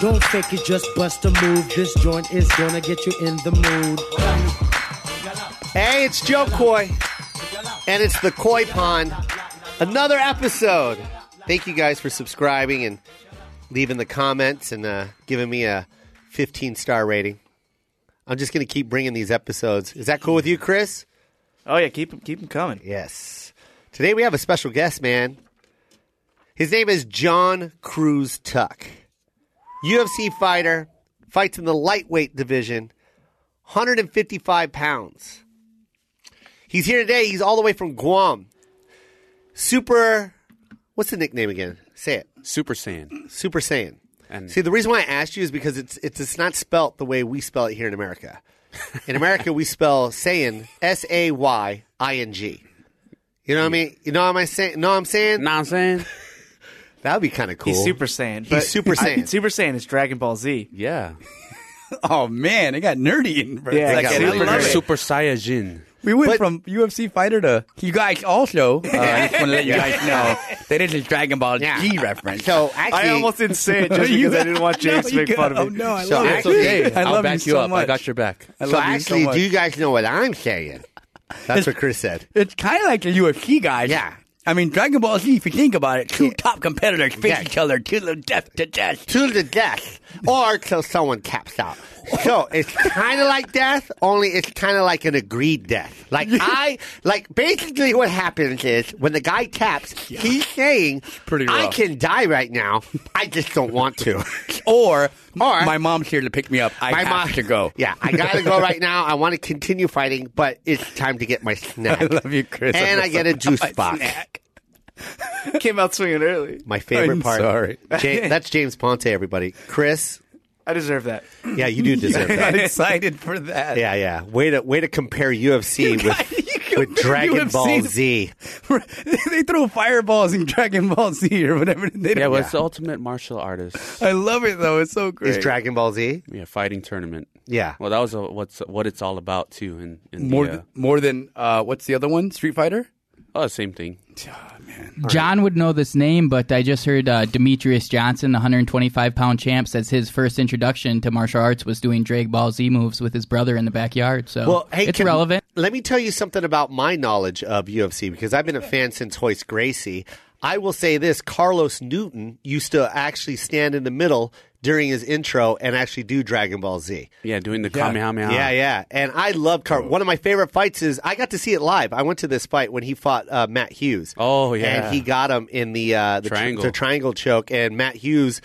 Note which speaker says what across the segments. Speaker 1: Don't fake it, just bust a move. This joint is gonna get you in the mood.
Speaker 2: Hey, it's Joe Coy, and it's the Koi Pond. Another episode. Thank you guys for subscribing and leaving the comments and uh, giving me a 15 star rating. I'm just going to keep bringing these episodes. Is that cool with you, Chris?
Speaker 3: Oh yeah, keep 'em- keep 'em coming.
Speaker 2: Yes. Today we have a special guest, man. His name is John Cruz Tuck, UFC fighter, fights in the lightweight division, 155 pounds. He's here today. He's all the way from Guam. Super, what's the nickname again? Say it.
Speaker 4: Super Saiyan.
Speaker 2: Super Saiyan.
Speaker 4: And-
Speaker 2: See, the reason why I asked you is because it's it's it's not spelt the way we spell it here in America. In America, we spell Saiyan S A Y I N G. You know what I mean? You know what I'm saying? No, I'm saying
Speaker 4: Know what I'm saying?
Speaker 2: that would be kind of cool.
Speaker 3: He's Super Saiyan.
Speaker 2: He's Super Saiyan.
Speaker 3: Super Saiyan is Dragon Ball Z.
Speaker 4: Yeah.
Speaker 5: Oh man, it got nerdy in for
Speaker 3: Yeah,
Speaker 5: a
Speaker 3: it
Speaker 2: got
Speaker 5: second. I
Speaker 2: really
Speaker 5: love
Speaker 2: nerdy.
Speaker 5: it.
Speaker 4: Super Saiyajin.
Speaker 5: We went
Speaker 2: But-
Speaker 5: from UFC fighter to you guys. Also, uh, I just want to let you guys know that it is Dragon Ball
Speaker 2: Yeah.
Speaker 5: G reference.
Speaker 2: So actually,
Speaker 3: I almost didn't say it just
Speaker 5: You
Speaker 3: because I
Speaker 5: got-
Speaker 3: didn't want James
Speaker 5: No,
Speaker 3: to
Speaker 5: you
Speaker 3: make
Speaker 5: got-
Speaker 3: fun of
Speaker 5: Oh
Speaker 3: it.
Speaker 5: no, I
Speaker 2: So
Speaker 5: love
Speaker 4: It's
Speaker 5: it.
Speaker 2: actually-
Speaker 4: okay.
Speaker 5: I
Speaker 4: I'll
Speaker 5: love
Speaker 4: back
Speaker 5: you
Speaker 4: you,
Speaker 5: so
Speaker 4: up. I
Speaker 5: much.
Speaker 4: got your back.
Speaker 5: I
Speaker 2: so
Speaker 5: love you so
Speaker 2: actually,
Speaker 5: much.
Speaker 2: do you guys know what I'm saying? That's what Chris said.
Speaker 5: It's kind of like the UFC guys.
Speaker 2: Yeah.
Speaker 5: I mean, Dragon Ball Z. If you think about it, two
Speaker 2: Yeah.
Speaker 5: top competitors face
Speaker 2: Yeah.
Speaker 5: each other to the death to death.
Speaker 2: To the death, or till someone caps out. So it's kind of like death, only it's kind of like an agreed death. Like I, like basically what happens is when the guy caps, he's saying,
Speaker 4: pretty
Speaker 2: "I
Speaker 4: rough.
Speaker 2: can die right now. I just don't want to."
Speaker 5: Or,
Speaker 2: Or-
Speaker 5: my mom's here to pick me up. I
Speaker 2: My
Speaker 5: have
Speaker 2: mom-
Speaker 5: to go.
Speaker 2: Yeah, I gotta go right now. I want to continue fighting, but it's time to get my snack.
Speaker 5: I love you, Chris.
Speaker 2: And
Speaker 5: I'm
Speaker 2: I get a
Speaker 5: so-
Speaker 2: juice
Speaker 5: I'm
Speaker 2: box.
Speaker 5: snack.
Speaker 3: Came out swinging early.
Speaker 2: My favorite
Speaker 5: I'm
Speaker 2: part.
Speaker 5: sorry.
Speaker 2: Ja- that's James Ponte. Everybody, Chris.
Speaker 3: I deserve that.
Speaker 2: Yeah, you do deserve that.
Speaker 5: I'm excited for that.
Speaker 2: Yeah, yeah. Way to way to compare UFC
Speaker 5: you
Speaker 2: with
Speaker 5: compare
Speaker 2: with Dragon
Speaker 5: UFC
Speaker 2: Ball
Speaker 5: to-
Speaker 2: Z.
Speaker 5: they throw fireballs in Dragon Ball Z or whatever. They
Speaker 4: Yeah,
Speaker 5: don't-
Speaker 4: well, it's the ultimate martial artist.
Speaker 5: I love it though. It's so
Speaker 2: Is
Speaker 5: great.
Speaker 2: Dragon Ball Z?
Speaker 4: Yeah, fighting tournament.
Speaker 2: Yeah.
Speaker 4: Well, that was uh what's what it's all about too. In, in
Speaker 5: more
Speaker 4: the, uh,
Speaker 5: th- more than uh, what's the other one? Street Fighter.
Speaker 4: oh, same thing.
Speaker 6: John would know this name, but I just heard uh, Demetrius Johnson, the 125 pound champ, says his first introduction to martial arts was doing Dragon Ball Z moves with his brother in the backyard. So
Speaker 2: Well, hey,
Speaker 6: it's
Speaker 2: can-
Speaker 6: relevant.
Speaker 2: Let me tell you something about my knowledge of UFC because I've been a fan since Hoist Gracie. I will say this: Carlos Newton used to actually stand in the middle during his intro and actually do Dragon Ball Z.
Speaker 4: Yeah, doing the Kamehameha.
Speaker 2: Yeah, yeah. And I love
Speaker 4: Oh.
Speaker 2: Car. One of my favorite fights is I got to see it live. I went to this fight when he fought uh, Matt Hughes.
Speaker 4: Oh, yeah.
Speaker 2: and he got him in the uh, the tr-
Speaker 4: Triangle.
Speaker 2: the triangle choke, and Matt Hughes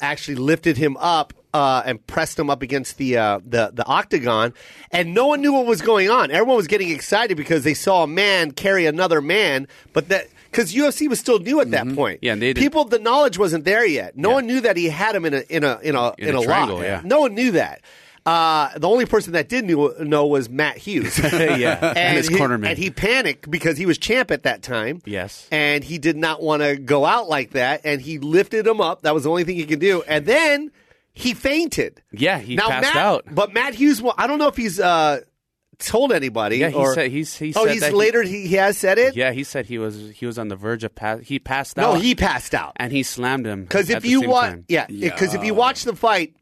Speaker 2: actually lifted him up. Uh, and pressed him up against the, uh, the the octagon, and no one knew what was going on. Everyone was getting excited because they saw a man carry another man, but that because UFC was still new at that point.
Speaker 4: Mm-hmm. Yeah, and they didn't-
Speaker 2: people, the knowledge wasn't there yet. No one knew that he had him in a in a in a in,
Speaker 4: a
Speaker 2: a,
Speaker 4: triangle,
Speaker 2: lock.
Speaker 4: yeah.
Speaker 2: No one knew that. Uh, the only person that did knew, know was Matt Hughes. yeah, and,
Speaker 4: his
Speaker 2: he,
Speaker 4: cornerman.
Speaker 2: And he panicked because he was champ at that time.
Speaker 4: Yes.
Speaker 2: and he did not want to go out like that. And he lifted him up. That was the only thing he could do. And then he fainted.
Speaker 4: Yeah, he
Speaker 2: now,
Speaker 4: passed
Speaker 2: Matt,
Speaker 4: out.
Speaker 2: But Matt Hughes, well, I don't know if he's uh, told anybody.
Speaker 4: Yeah, he
Speaker 2: or-
Speaker 4: said- he's- he
Speaker 2: oh,
Speaker 4: said
Speaker 2: he's
Speaker 4: that he-
Speaker 2: later. He, he has said it.
Speaker 4: Yeah, he said he was he was on the verge of pass. He passed
Speaker 2: no,
Speaker 4: out.
Speaker 2: he passed out.
Speaker 4: and he slammed him.
Speaker 2: Because
Speaker 4: at
Speaker 2: if
Speaker 4: the
Speaker 2: you
Speaker 4: same
Speaker 2: watch,
Speaker 4: time.
Speaker 2: yeah, because if you watch the fight,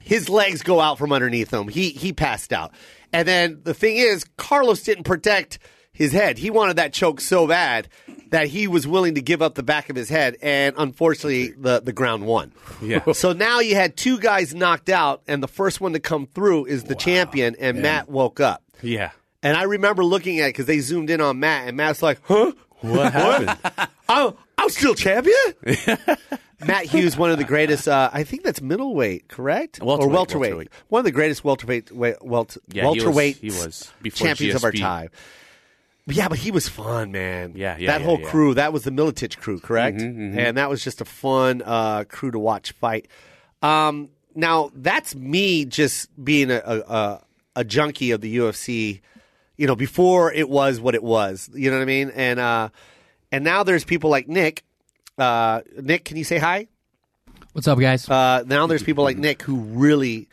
Speaker 2: his legs go out from underneath him. He he passed out, and then the thing is, Carlos didn't protect his head. He wanted that choke so bad that he was willing to give up the back of his head, and unfortunately, the the ground won.
Speaker 4: Yeah.
Speaker 2: So now you had two guys knocked out, and the first one to come through is the champion, and Matt woke up.
Speaker 4: yeah.
Speaker 2: And I remember looking at it because they zoomed in on Matt, and Matt's like, huh?
Speaker 4: What happened?
Speaker 2: Oh, I'm still champion. Matt Hughes, one of the greatest. Uh, I think that's middleweight, correct?
Speaker 4: Welterweight,
Speaker 2: or welterweight.
Speaker 4: welterweight.
Speaker 2: One of the greatest welterweight wait, welt,
Speaker 4: Yeah, he was-
Speaker 2: welterweight
Speaker 4: he was before
Speaker 2: champions of our
Speaker 4: GSP.
Speaker 2: time. But yeah, but he was fun, man.
Speaker 4: Yeah, yeah,
Speaker 2: That
Speaker 4: yeah,
Speaker 2: whole
Speaker 4: yeah. Mm-hmm,
Speaker 2: crew. That was the Militich crew, correct? And that was just a fun uh, crew to watch fight. Um, now that's me just being a, a, a, a junkie of the UFC. You know, before it was what it was. You know what I mean? And uh, and now there's people like Nick. Uh, Nick, can you say hi?
Speaker 6: What's up, guys?
Speaker 2: Uh, now there's people
Speaker 5: Mm-hmm.
Speaker 2: like Nick who really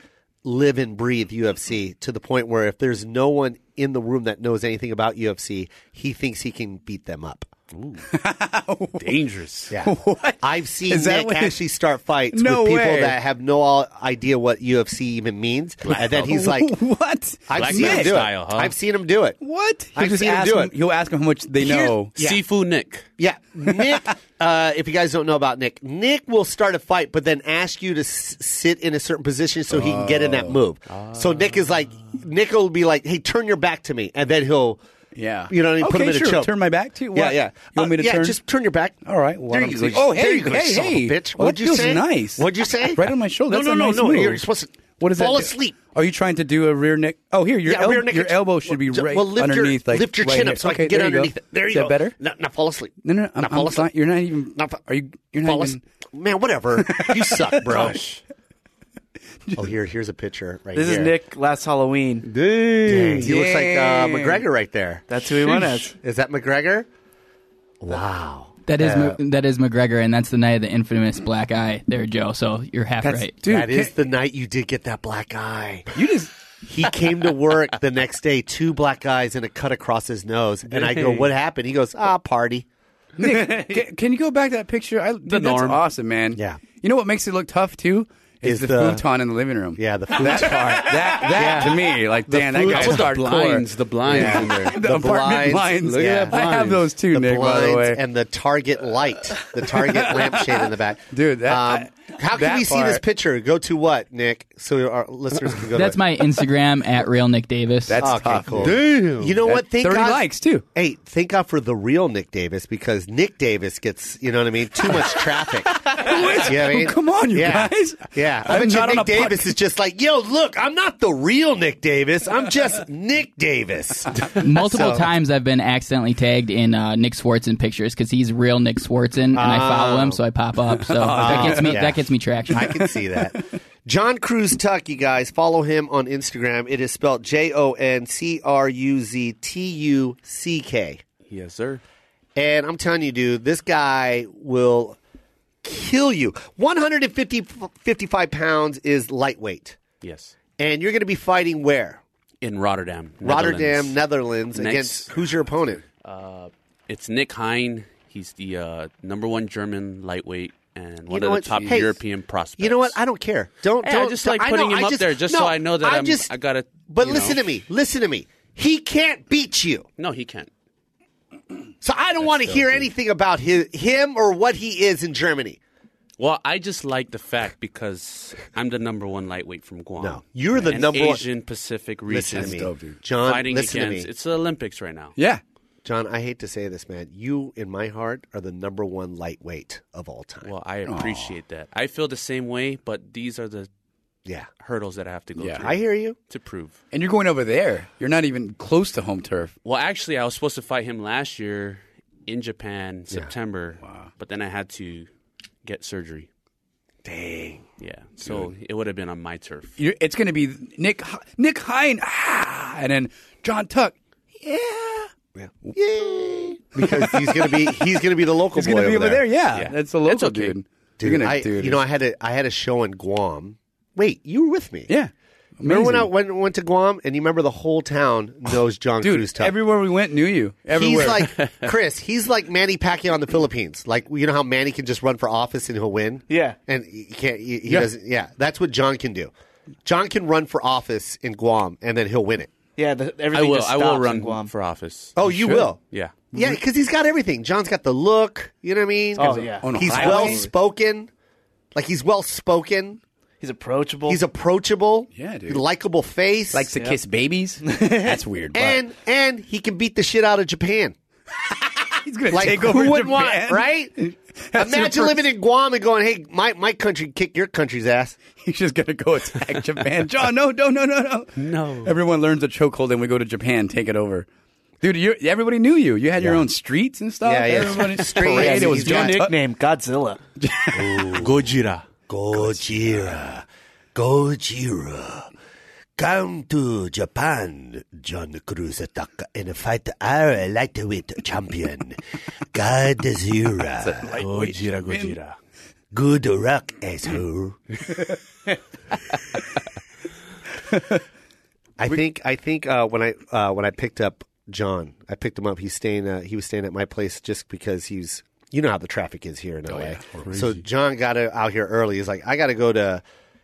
Speaker 2: live and breathe UFC to the point where if there's no one in the room that knows anything about UFC, he thinks he can beat them up.
Speaker 4: Dangerous.
Speaker 2: Yeah.
Speaker 5: What?
Speaker 2: I've seen
Speaker 5: Is that
Speaker 2: Nick
Speaker 5: what-
Speaker 2: actually start fights
Speaker 5: No
Speaker 2: with people
Speaker 5: way.
Speaker 2: that have no all- idea what UFC even means. And then he's like,
Speaker 5: what?
Speaker 2: I've
Speaker 4: Black
Speaker 2: seen
Speaker 4: man
Speaker 2: him do
Speaker 4: style,
Speaker 2: it.
Speaker 4: huh?
Speaker 2: I've seen him do it.
Speaker 5: What?
Speaker 2: I've seen him
Speaker 5: ask
Speaker 2: do
Speaker 5: him-
Speaker 2: it.
Speaker 5: He'll ask him how much they know.
Speaker 4: Sifu Nick.
Speaker 2: Yeah. Nick, uh, if you guys don't know about Nick, Nick will start a fight, but then ask you to s- sit in a certain position so he can get in
Speaker 5: Oh.
Speaker 2: that move.
Speaker 5: Ah.
Speaker 2: So Nick is like, Nick will be like, hey, turn your back to me. And then he'll,
Speaker 5: Yeah.
Speaker 2: you know what I mean? Put
Speaker 5: Okay,
Speaker 2: him in
Speaker 5: sure.
Speaker 2: a choke.
Speaker 5: Turn my back to you?
Speaker 2: Yeah,
Speaker 5: What?
Speaker 2: yeah.
Speaker 5: You want
Speaker 2: Uh,
Speaker 5: me to
Speaker 2: yeah,
Speaker 5: turn?
Speaker 2: just turn your back.
Speaker 5: All right. Well,
Speaker 2: there
Speaker 5: I'm
Speaker 2: you
Speaker 5: gonna-
Speaker 2: go.
Speaker 5: Oh, hey,
Speaker 2: there you go,
Speaker 5: hey,
Speaker 2: son of a
Speaker 5: hey.
Speaker 2: bitch.
Speaker 5: Well,
Speaker 2: What'd
Speaker 5: that
Speaker 2: you
Speaker 5: feels
Speaker 2: say?
Speaker 5: nice.
Speaker 2: What'd you say?
Speaker 5: Right on my shoulder.
Speaker 2: No,
Speaker 5: That's
Speaker 2: no,
Speaker 5: a
Speaker 2: no,
Speaker 5: nice
Speaker 2: no.
Speaker 5: move.
Speaker 2: You're supposed to
Speaker 5: What is
Speaker 2: fall
Speaker 5: that?
Speaker 2: asleep.
Speaker 5: Are you trying to do a rear neck? Oh, here, your,
Speaker 2: yeah,
Speaker 5: el-
Speaker 2: rear naked.
Speaker 5: your elbow should be
Speaker 2: Ju-
Speaker 5: right
Speaker 2: well, lift
Speaker 5: underneath.
Speaker 2: Your,
Speaker 5: like,
Speaker 2: lift your
Speaker 5: right
Speaker 2: chin
Speaker 5: here.
Speaker 2: up so I can
Speaker 5: Okay,
Speaker 2: get
Speaker 5: there you go.
Speaker 2: underneath it. There you
Speaker 5: Is
Speaker 2: go.
Speaker 5: that better?
Speaker 2: Now, now fall asleep.
Speaker 5: No, no, I'm,
Speaker 2: now fall
Speaker 5: I'm fine.
Speaker 2: asleep.
Speaker 5: You're not even.
Speaker 2: Now fa-
Speaker 5: Are you? You're
Speaker 2: fall
Speaker 5: not even.
Speaker 2: asleep. Man, whatever. You suck, bro. oh, here, here's a picture right
Speaker 3: This
Speaker 2: here.
Speaker 3: is Nick last Halloween.
Speaker 2: Dang, He looks like uh,
Speaker 5: Dang.
Speaker 2: McGregor right there.
Speaker 3: That's who he went as.
Speaker 2: Is that McGregor? Wow.
Speaker 6: That is
Speaker 2: Yeah.
Speaker 6: Ma- that is McGregor, and that's the night of the infamous black eye. There, Joe. So you're half
Speaker 5: That's
Speaker 6: right.
Speaker 5: dude.
Speaker 2: that is
Speaker 5: can-
Speaker 2: the night you did get that black eye.
Speaker 5: you just.
Speaker 2: He came to work the next day, two black eyes and a cut across his nose. And I go, What happened? He goes, Ah, party.
Speaker 5: Nick, can, can you go back to that picture? I, dude, that's
Speaker 4: norm.
Speaker 5: awesome, man.
Speaker 2: Yeah.
Speaker 5: You know what makes it look tough too is,
Speaker 2: Is
Speaker 5: the,
Speaker 2: the-
Speaker 5: futon in the living room.
Speaker 2: Yeah, the food
Speaker 5: That part, that that to me, like damn, that
Speaker 2: food-
Speaker 5: guy's
Speaker 2: With
Speaker 4: the
Speaker 5: hardcore.
Speaker 4: blinds. The blinds in there.
Speaker 5: the, apartment blinds.
Speaker 2: Look at that
Speaker 5: I have
Speaker 4: blinds.
Speaker 5: those too,
Speaker 2: the
Speaker 5: Nick. By the
Speaker 2: blinds
Speaker 5: way,
Speaker 2: and the target light, the target lampshade in the back, Um,
Speaker 5: Dude, that-
Speaker 2: how can
Speaker 5: that
Speaker 2: we see this
Speaker 5: part-
Speaker 2: picture? Go to what, Nick? So our listeners can go.
Speaker 6: That's
Speaker 2: to it.
Speaker 6: my Instagram at real Nick Davis.
Speaker 5: that's
Speaker 2: Okay,
Speaker 5: tough.
Speaker 2: cool.
Speaker 5: Dude.
Speaker 2: You know what? Thank
Speaker 5: Thirty
Speaker 2: God.
Speaker 5: likes too.
Speaker 2: Hey, thank God for the real Nick Davis because Nick Davis gets, you know what I mean, too much traffic. You know what I mean?
Speaker 5: Oh, come on, you
Speaker 2: yeah.
Speaker 5: guys.
Speaker 2: Yeah. I
Speaker 5: I'm
Speaker 2: bet you
Speaker 5: not on
Speaker 2: Nick
Speaker 5: a pod-
Speaker 2: Davis is just like, yo, look, I'm not the real Nick Davis. I'm just Nick Davis.
Speaker 6: Uh, Multiple
Speaker 2: So-
Speaker 6: times I've been accidentally tagged in uh, Nick Swartzen pictures because he's real Nick Swartzen, and I follow him, so I pop up. So that gets me
Speaker 2: Oh. yeah.
Speaker 6: that gets me traction.
Speaker 2: I can see that. John Cruz Tuck, you guys, follow him on Instagram. It is spelled J O N C R U Z T U C K.
Speaker 4: Yes, sir.
Speaker 2: And I'm telling you, dude, this guy will kill you. 150 55 pounds is lightweight.
Speaker 4: Yes.
Speaker 2: And you're going to be fighting where?
Speaker 4: In Rotterdam.
Speaker 2: Rotterdam,
Speaker 4: Netherlands.
Speaker 2: Netherlands,
Speaker 4: Next.
Speaker 2: against who's your opponent?
Speaker 4: It's Nick Hein. He's the uh, number one German lightweight and one
Speaker 2: know
Speaker 4: of
Speaker 2: what?
Speaker 4: the top
Speaker 2: Hey,
Speaker 4: European prospects.
Speaker 2: You know what? I don't care. Don't,
Speaker 4: Hey,
Speaker 2: don't
Speaker 4: I just like
Speaker 2: I know,
Speaker 4: putting him
Speaker 2: I
Speaker 4: up
Speaker 2: just-
Speaker 4: there just
Speaker 2: no,
Speaker 4: so I know that
Speaker 2: I
Speaker 4: I'm,
Speaker 2: just
Speaker 4: I gotta.
Speaker 2: But
Speaker 4: you
Speaker 2: listen
Speaker 4: know.
Speaker 2: to me. Listen to me. He can't beat you.
Speaker 4: No, he can't.
Speaker 2: So I don't want to
Speaker 4: still
Speaker 2: hear
Speaker 4: good.
Speaker 2: anything about his, him or what he is in Germany.
Speaker 4: Well, I just like the fact because I'm the number one lightweight from Guam.
Speaker 2: No, you're the
Speaker 4: An
Speaker 2: number one-
Speaker 4: Asian Pacific region.
Speaker 2: Listen to me,
Speaker 5: dope, dude.
Speaker 2: John.
Speaker 4: fighting
Speaker 2: listen
Speaker 4: against.
Speaker 2: to me,
Speaker 4: It's the Olympics right now.
Speaker 5: Yeah.
Speaker 2: John. I hate to say this, man. You, in my heart, are the number one lightweight of all time.
Speaker 4: Well, I appreciate that. I feel the same way, but these are the
Speaker 2: yeah,
Speaker 4: hurdles that I have to go
Speaker 5: Yeah.
Speaker 4: through
Speaker 2: I hear you.
Speaker 4: to prove.
Speaker 5: And you're going over there. You're not even close to home turf.
Speaker 4: Well, actually, I was supposed to fight him last year in Japan, September. But then I had to get surgery.
Speaker 2: Dang.
Speaker 4: Yeah, so it would have been on my turf.
Speaker 5: You're, it's going to be Nick H- Nick Hine, ah, and then John Tuck. Yeah.
Speaker 2: Yeah. Yay! Because he's gonna be he's gonna be the local
Speaker 5: He's
Speaker 2: boy
Speaker 5: going to be over there. Yeah.
Speaker 4: Yeah.
Speaker 5: That's a local
Speaker 4: That's okay.
Speaker 5: dude.
Speaker 2: Dude,
Speaker 5: you're gonna,
Speaker 2: I,
Speaker 5: dude,
Speaker 2: you know, I had a I had a show in Guam. Wait, you were with me?
Speaker 5: Yeah.
Speaker 2: Remember when I
Speaker 5: Amazing.
Speaker 2: went, went to Guam and you remember the whole town knows John
Speaker 5: Dude,
Speaker 2: Cruz Tuck.
Speaker 5: everywhere we went knew you. Everywhere.
Speaker 2: He's like Chris. He's like Manny Pacquiao in the Philippines. Like you know how Manny can just run for office and he'll win.
Speaker 3: Yeah.
Speaker 2: and he can't. He, he
Speaker 5: Yeah.
Speaker 2: doesn't. Yeah, that's what John can do. John can run for office in Guam and then he'll win it.
Speaker 3: Yeah, the,
Speaker 4: I
Speaker 3: everything
Speaker 4: will.
Speaker 3: just
Speaker 4: I will
Speaker 3: stops in
Speaker 4: run
Speaker 3: Guam.
Speaker 4: for office.
Speaker 2: Oh, you will.
Speaker 4: Yeah.
Speaker 2: yeah, because he's got everything. John's got the look. You know what I mean?
Speaker 3: Oh, yeah.
Speaker 5: on a
Speaker 2: he's
Speaker 5: highway.
Speaker 2: well spoken. Like he's well spoken.
Speaker 3: He's approachable.
Speaker 2: He's approachable.
Speaker 5: Yeah, dude.
Speaker 2: Likable face.
Speaker 5: likes to kiss babies. That's weird. But
Speaker 2: and and he can beat the shit out of Japan.
Speaker 5: he's going
Speaker 2: Like who wouldn't want, right? Imagine living in Guam and going, "Hey, my my country kick your country's ass."
Speaker 5: He's just going to go attack Japan. John, no, no, no, no, no.
Speaker 4: No.
Speaker 5: Everyone learns a chokehold, and we go to Japan, take it over. Dude, you everybody knew you. You had your own streets and stuff.
Speaker 2: Yeah, yeah.
Speaker 5: Everybody
Speaker 2: Streets.
Speaker 5: parade. It was
Speaker 2: He's
Speaker 5: John
Speaker 3: Your
Speaker 2: got-
Speaker 5: Tuck.
Speaker 3: nickname, Godzilla.
Speaker 4: Gojira.
Speaker 2: Gojira, Gojira, come to Japan, John Cruz Ataka, and fight our lightweight champion, Godzilla.
Speaker 4: Gojira. Gojira.
Speaker 2: Good luck, asshole. I think I think uh, when I uh, when I picked up John. I picked him up. He's staying. Uh, he was staying at my place just because he's. You know how the traffic is here in LA. so John got uh, out here early. He's like, I got to go to,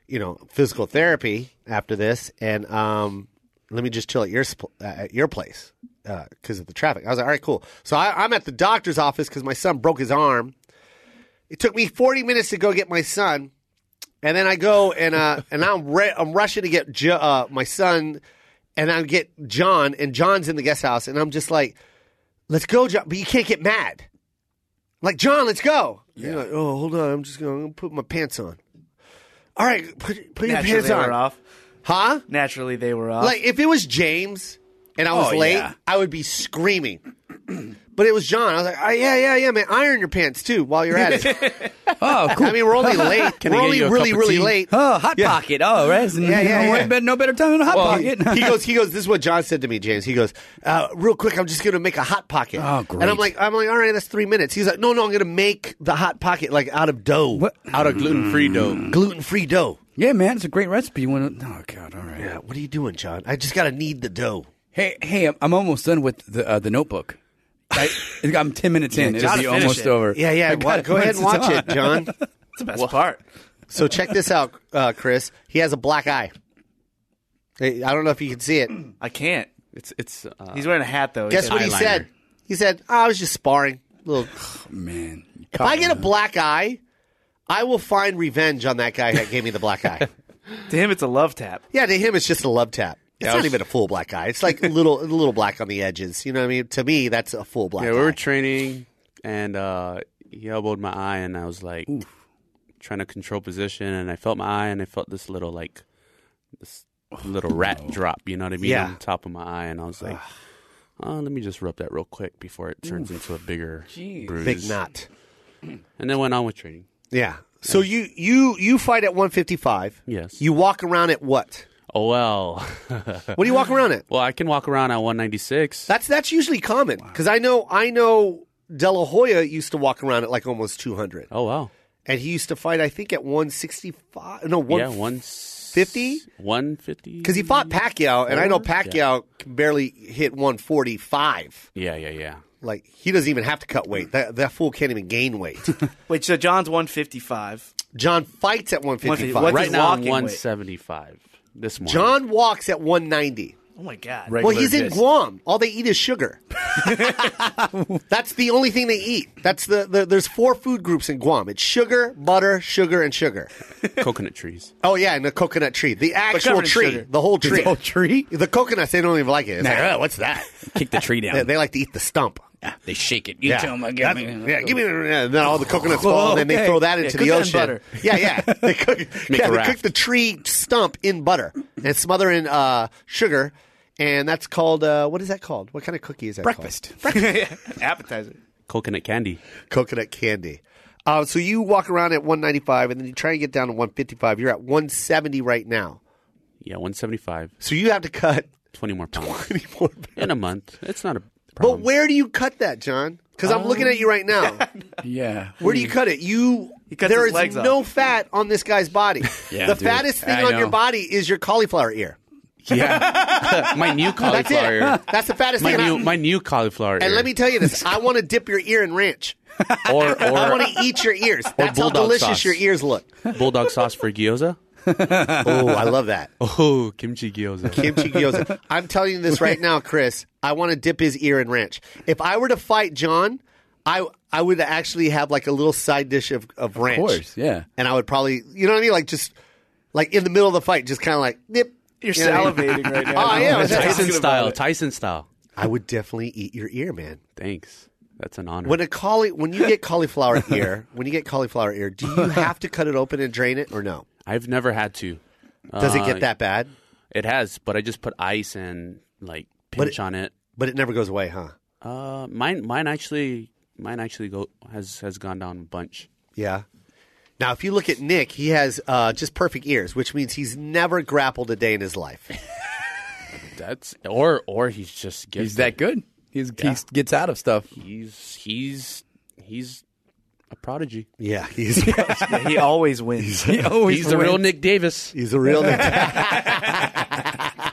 Speaker 2: you know, physical therapy after this, and um, let me just chill at your sp- uh, at your place because of the traffic. I was like, all right, cool. So I, I'm at the doctor's office because my son broke his arm. It took me 40 minutes to go get my son. And then I go and uh, and I'm re- I'm rushing to get jo- uh, my son, and I get John, and John's in the guest house, and I'm just like, "Let's go, John!" But you can't get mad. I'm like John, let's go. You're like, oh, hold on, I'm just gonna, I'm gonna put my pants on. All right, put put your
Speaker 3: Naturally,
Speaker 2: pants
Speaker 3: they were
Speaker 2: on,
Speaker 3: off.
Speaker 2: huh?
Speaker 3: Naturally, they were off.
Speaker 2: Like if it was James and I was
Speaker 5: Oh,
Speaker 2: late,
Speaker 5: yeah.
Speaker 2: I would be screaming. but it was John. I was like, oh, yeah, yeah, yeah, man. Iron your pants too while you're at it.
Speaker 5: Oh, cool.
Speaker 2: I mean, we're only late.
Speaker 5: I
Speaker 2: we're
Speaker 5: get
Speaker 2: only
Speaker 5: you a
Speaker 2: really,
Speaker 5: cup of
Speaker 2: really
Speaker 5: tea?
Speaker 2: late.
Speaker 5: Oh, hot pocket. Oh, right.
Speaker 2: Yeah, yeah,
Speaker 5: no,
Speaker 2: yeah.
Speaker 5: Better, no better time than a hot
Speaker 2: he,
Speaker 5: pocket.
Speaker 2: he goes, he goes. This is what John said to me, James. He goes, uh, real quick. I'm just gonna make a hot pocket.
Speaker 5: Oh, great.
Speaker 2: And I'm like, I'm like, all right, that's three minutes. He's like, no, no, I'm gonna make the hot pocket like out of dough,
Speaker 5: What?
Speaker 2: out of
Speaker 7: gluten free dough.
Speaker 2: gluten free dough.
Speaker 5: yeah, man, it's a great recipe. You want to? Oh God, all right.
Speaker 2: Yeah, what are you doing, John? I just gotta need the dough.
Speaker 5: Hey, hey, I'm, I'm almost done with the uh, the Notebook. I, I'm ten minutes in. It'll
Speaker 3: gotta
Speaker 5: be
Speaker 3: finish
Speaker 5: almost
Speaker 3: it.
Speaker 5: over.
Speaker 2: Yeah, yeah.
Speaker 5: I
Speaker 2: wa-
Speaker 5: gotta
Speaker 2: go ahead and
Speaker 5: once it's
Speaker 2: watch it, John.
Speaker 5: on.
Speaker 3: That's the best part.
Speaker 2: So check this out, uh, Chris. He has a black eye. Hey, I don't know if you can see it.
Speaker 3: I can't.
Speaker 4: It's it's. Uh,
Speaker 3: He's wearing a hat though.
Speaker 2: Guess
Speaker 3: He's
Speaker 2: what he
Speaker 4: eyeliner.
Speaker 2: said? He said, oh, "I was just sparring." Little.
Speaker 5: Man,
Speaker 2: If I get a black eye, I will find revenge on that guy that gave me the black eye.
Speaker 3: like- to him, it's a love tap.
Speaker 2: Yeah, to him, it's just a love tap. It's not even a full black eye. It's like a little, a little black on the edges. You know what I mean? To me, that's a full black
Speaker 4: yeah, we were
Speaker 2: eye.
Speaker 4: training, and uh, he elbowed my eye, and I was like trying to control position, and I felt my eye, and I felt this little like this little rat drop. You know what I mean?
Speaker 2: Yeah.
Speaker 4: On the top of my eye, and I was like. Oh, let me just rub that real quick before it turns into a bigger bruise.
Speaker 2: Big knot.
Speaker 4: And then went on with training.
Speaker 2: Yeah. So you, you, you fight at 155.
Speaker 4: Yes.
Speaker 2: You walk around at what?
Speaker 4: Oh well.
Speaker 2: What do you walk around at?
Speaker 4: well, I can walk around at 196.
Speaker 2: That's that's usually common because I know I know De La Hoya used to walk around at like almost 200,
Speaker 4: oh wow.
Speaker 2: and he used to fight I think at 165. No, one,
Speaker 4: yeah, 150. 150.
Speaker 2: Because he fought Pacquiao, and I know Pacquiao can barely hit 145.
Speaker 4: Yeah, yeah, yeah.
Speaker 2: Like he doesn't even have to cut weight. That that fool can't even gain weight.
Speaker 3: Wait, so John's 155.
Speaker 2: John fights at 155.
Speaker 3: What's
Speaker 4: right
Speaker 3: his
Speaker 4: now, I'm
Speaker 3: walking weight?
Speaker 4: 175 this morning.
Speaker 2: John walks at 190.
Speaker 3: Oh my god.
Speaker 2: Well, he's in Guam. All they eat is sugar. That's the only thing they eat. That's the, the there's four food groups in Guam. It's sugar, butter, sugar, and sugar.
Speaker 4: coconut trees.
Speaker 2: Oh yeah, and the coconut tree, the actual
Speaker 3: covered in
Speaker 2: tree,
Speaker 3: sugar.
Speaker 2: the whole tree,
Speaker 5: the whole tree.
Speaker 2: The coconuts they don't even like it. It's like, oh, what's that?
Speaker 5: Kick the tree down.
Speaker 2: They, they like to eat the stump.
Speaker 5: Ah, they shake it. You
Speaker 2: Yeah.
Speaker 5: tell 'em I got me.
Speaker 2: Yeah, give me the, yeah, and then all the coconuts fall, and then they
Speaker 5: okay.
Speaker 2: throw that
Speaker 5: Yeah,
Speaker 2: into
Speaker 5: cook
Speaker 2: the
Speaker 5: that in
Speaker 2: ocean.
Speaker 5: butter.
Speaker 2: Yeah, yeah. They cook, yeah,
Speaker 4: a
Speaker 2: they
Speaker 4: raft.
Speaker 2: cook the tree stump in butter and smother in uh, sugar, and that's called uh, what is that called? What kind of cookie is that?
Speaker 5: Breakfast.
Speaker 3: Appetizer.
Speaker 4: Coconut candy.
Speaker 2: Called? Coconut candy. Uh, so you walk around at 195, and then you try and get down to 155. You're at 170 right now,
Speaker 4: Yeah, 175.
Speaker 2: so you have to cut
Speaker 4: 20 more pounds
Speaker 2: 20 more.
Speaker 4: in a month. It's not a
Speaker 2: But
Speaker 5: Um,
Speaker 4: problem.
Speaker 2: where do you cut that, John? Because I'm looking at you right now.
Speaker 5: Yeah.
Speaker 2: Where do you cut it? You
Speaker 3: cuts
Speaker 2: there
Speaker 3: his
Speaker 2: is
Speaker 3: legs off.
Speaker 2: no fat on this guy's body.
Speaker 5: Yeah,
Speaker 2: the
Speaker 5: dude.
Speaker 2: fattest thing
Speaker 5: I
Speaker 2: on
Speaker 5: know.
Speaker 2: your body is your cauliflower ear.
Speaker 4: Yeah. my new
Speaker 2: That's
Speaker 4: cauliflower.
Speaker 2: it.
Speaker 4: ear.
Speaker 2: That's the fattest
Speaker 4: My
Speaker 2: thing.
Speaker 4: new
Speaker 2: I-
Speaker 4: my new cauliflower.
Speaker 2: and
Speaker 4: ear.
Speaker 2: let me tell you this: I want to dip your ear in ranch.
Speaker 4: or
Speaker 2: I
Speaker 4: or
Speaker 2: want to eat your ears. That's how
Speaker 4: bulldog
Speaker 2: delicious
Speaker 4: sauce.
Speaker 2: your ears look.
Speaker 4: bulldog sauce for gyoza.
Speaker 2: Oh, I love that
Speaker 4: Oh, kimchi gyoza.
Speaker 2: kimchi gyoza. I'm telling you this right now, Chris. I want to dip his ear in ranch. If I were to fight John, I I would actually have like a little side dish of, of ranch.
Speaker 5: course, yeah.
Speaker 2: And I would probably, you know what I mean, like just like in the middle of the fight, just kind of like nip.
Speaker 3: You're
Speaker 2: You know what I mean?
Speaker 3: salivating right
Speaker 2: Oh,
Speaker 3: now.
Speaker 2: I am.
Speaker 4: Tyson
Speaker 3: about
Speaker 4: style.
Speaker 3: it.
Speaker 4: Tyson style.
Speaker 2: I would definitely eat your ear, man.
Speaker 4: Thanks. That's an honor.
Speaker 2: When a cauli- when you get cauliflower ear, when you get cauliflower ear, do you have to cut it open and drain it or no?
Speaker 4: I've never had to.
Speaker 2: Does it
Speaker 4: Uh,
Speaker 2: get that bad?
Speaker 4: It has, but I just put ice and like pinch
Speaker 2: it-
Speaker 4: on it.
Speaker 2: But it never goes away, huh?
Speaker 4: Uh, mine, mine actually, mine actually go has has gone down a bunch.
Speaker 2: Yeah. Now, if you look at Nick, he has uh, just perfect ears, which means he's never grappled a day in his life.
Speaker 4: That's or or he's just gets
Speaker 5: He's that good. He's, He gets out of stuff.
Speaker 4: He's he's he's a prodigy.
Speaker 2: Yeah, he's
Speaker 3: Yeah, he always wins.
Speaker 5: He
Speaker 2: Oh,
Speaker 5: always
Speaker 4: He's the real
Speaker 5: wins.
Speaker 4: Nick Davis.
Speaker 2: he's a real. he's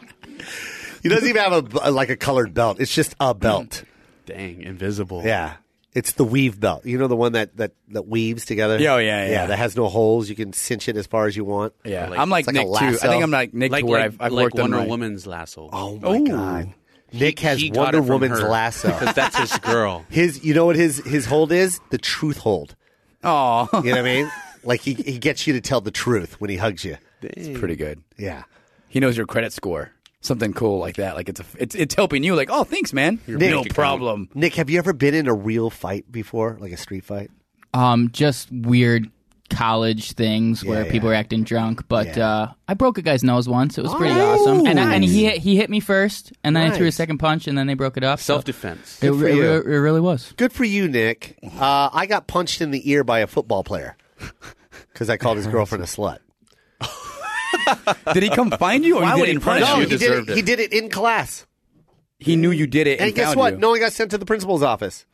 Speaker 2: He doesn't even have a like a colored belt. It's just a belt.
Speaker 4: Dang, invisible.
Speaker 2: Yeah. It's the weave belt. You know the one that that, that weaves together?
Speaker 5: Yeah, oh, yeah,
Speaker 2: yeah.
Speaker 5: yeah.
Speaker 2: that has no holes. You can cinch it as far as you want.
Speaker 5: Yeah, I'm like,
Speaker 2: it's like a
Speaker 5: Nick too. I
Speaker 2: lasso.
Speaker 5: think I'm like Nick
Speaker 4: Like,
Speaker 5: to where
Speaker 4: like,
Speaker 5: I've, I've
Speaker 4: like
Speaker 5: worked
Speaker 4: Wonder
Speaker 5: on my-
Speaker 4: Woman's lasso.
Speaker 2: Oh my god. Nick has
Speaker 4: He got
Speaker 2: Wonder
Speaker 4: it from
Speaker 2: Woman's
Speaker 4: her,
Speaker 2: lasso.
Speaker 4: Because that's his girl.
Speaker 2: His you know what his his hold is? The truth hold.
Speaker 5: Aw,
Speaker 2: You know what I mean? Like he he gets you to tell the truth when he hugs you.
Speaker 5: it's pretty good.
Speaker 2: Yeah.
Speaker 5: He knows your credit score, something cool like that. Like it's a, it's it's helping you. Like, oh, thanks, man.
Speaker 2: Nick.
Speaker 5: no problem.
Speaker 2: Nick, have you ever been in a real fight before? Like a street fight?
Speaker 6: Um, just weird college things where
Speaker 2: Yeah,
Speaker 6: people
Speaker 2: yeah.
Speaker 6: are acting drunk. But
Speaker 2: Yeah.
Speaker 6: uh, I broke a guy's nose once. It was pretty
Speaker 2: Oh,
Speaker 6: awesome. And, I, and
Speaker 2: nice.
Speaker 6: he hit- he hit me first, and then I threw a
Speaker 2: Nice.
Speaker 6: second punch, and then they broke it off. so
Speaker 4: Self defense.
Speaker 6: It,
Speaker 2: Good for
Speaker 6: it,
Speaker 2: you.
Speaker 6: it really was.
Speaker 2: Good for you, Nick. Uh, I got punched in the ear by a football player because I called his girlfriend a slut.
Speaker 5: Did he come find you? Or
Speaker 3: Why
Speaker 5: you did
Speaker 3: would
Speaker 5: it
Speaker 3: he
Speaker 5: in front of
Speaker 3: punish
Speaker 2: No,
Speaker 5: you?
Speaker 3: you
Speaker 2: he did
Speaker 3: deserved
Speaker 2: it.
Speaker 3: it.
Speaker 2: He did it in class.
Speaker 5: He knew you did it, and,
Speaker 2: And guess
Speaker 5: found
Speaker 2: what?
Speaker 5: you.
Speaker 2: No one got sent to the principal's office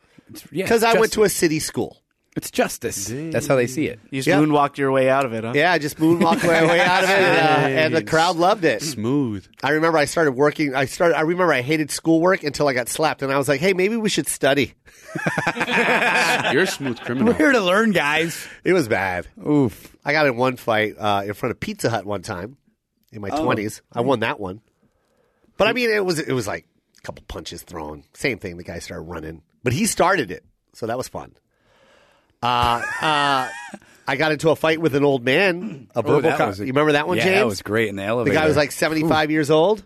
Speaker 5: Yeah,
Speaker 2: because I went
Speaker 5: justice.
Speaker 2: to a city school.
Speaker 5: It's justice. That's how they see it.
Speaker 3: You just
Speaker 2: Yeah.
Speaker 3: moonwalked your way out of it, huh?
Speaker 2: Yeah, I just moonwalked my way out of it, and, uh, and the crowd loved it.
Speaker 4: Smooth.
Speaker 2: I remember I started working. I started. I remember I hated schoolwork until I got slapped, and I was like, "Hey, maybe we should study."
Speaker 4: You're a smooth criminal.
Speaker 5: here to learn, guys.
Speaker 2: It was bad.
Speaker 5: Oof.
Speaker 2: I got in one fight uh, in front of Pizza Hut one time in my
Speaker 5: Oh.
Speaker 2: twenties. I won that one, but I mean, it was it was like a couple punches thrown. Same thing. The guy started running, but he started it, so that was fun. Uh, uh, I got into a fight with an old man. A verbal.
Speaker 5: Oh, that
Speaker 2: co-
Speaker 5: was a-
Speaker 2: you remember that one,
Speaker 5: yeah,
Speaker 2: James?
Speaker 5: that was great in the
Speaker 2: the
Speaker 5: elevator.
Speaker 2: guy was like seventy-five years old.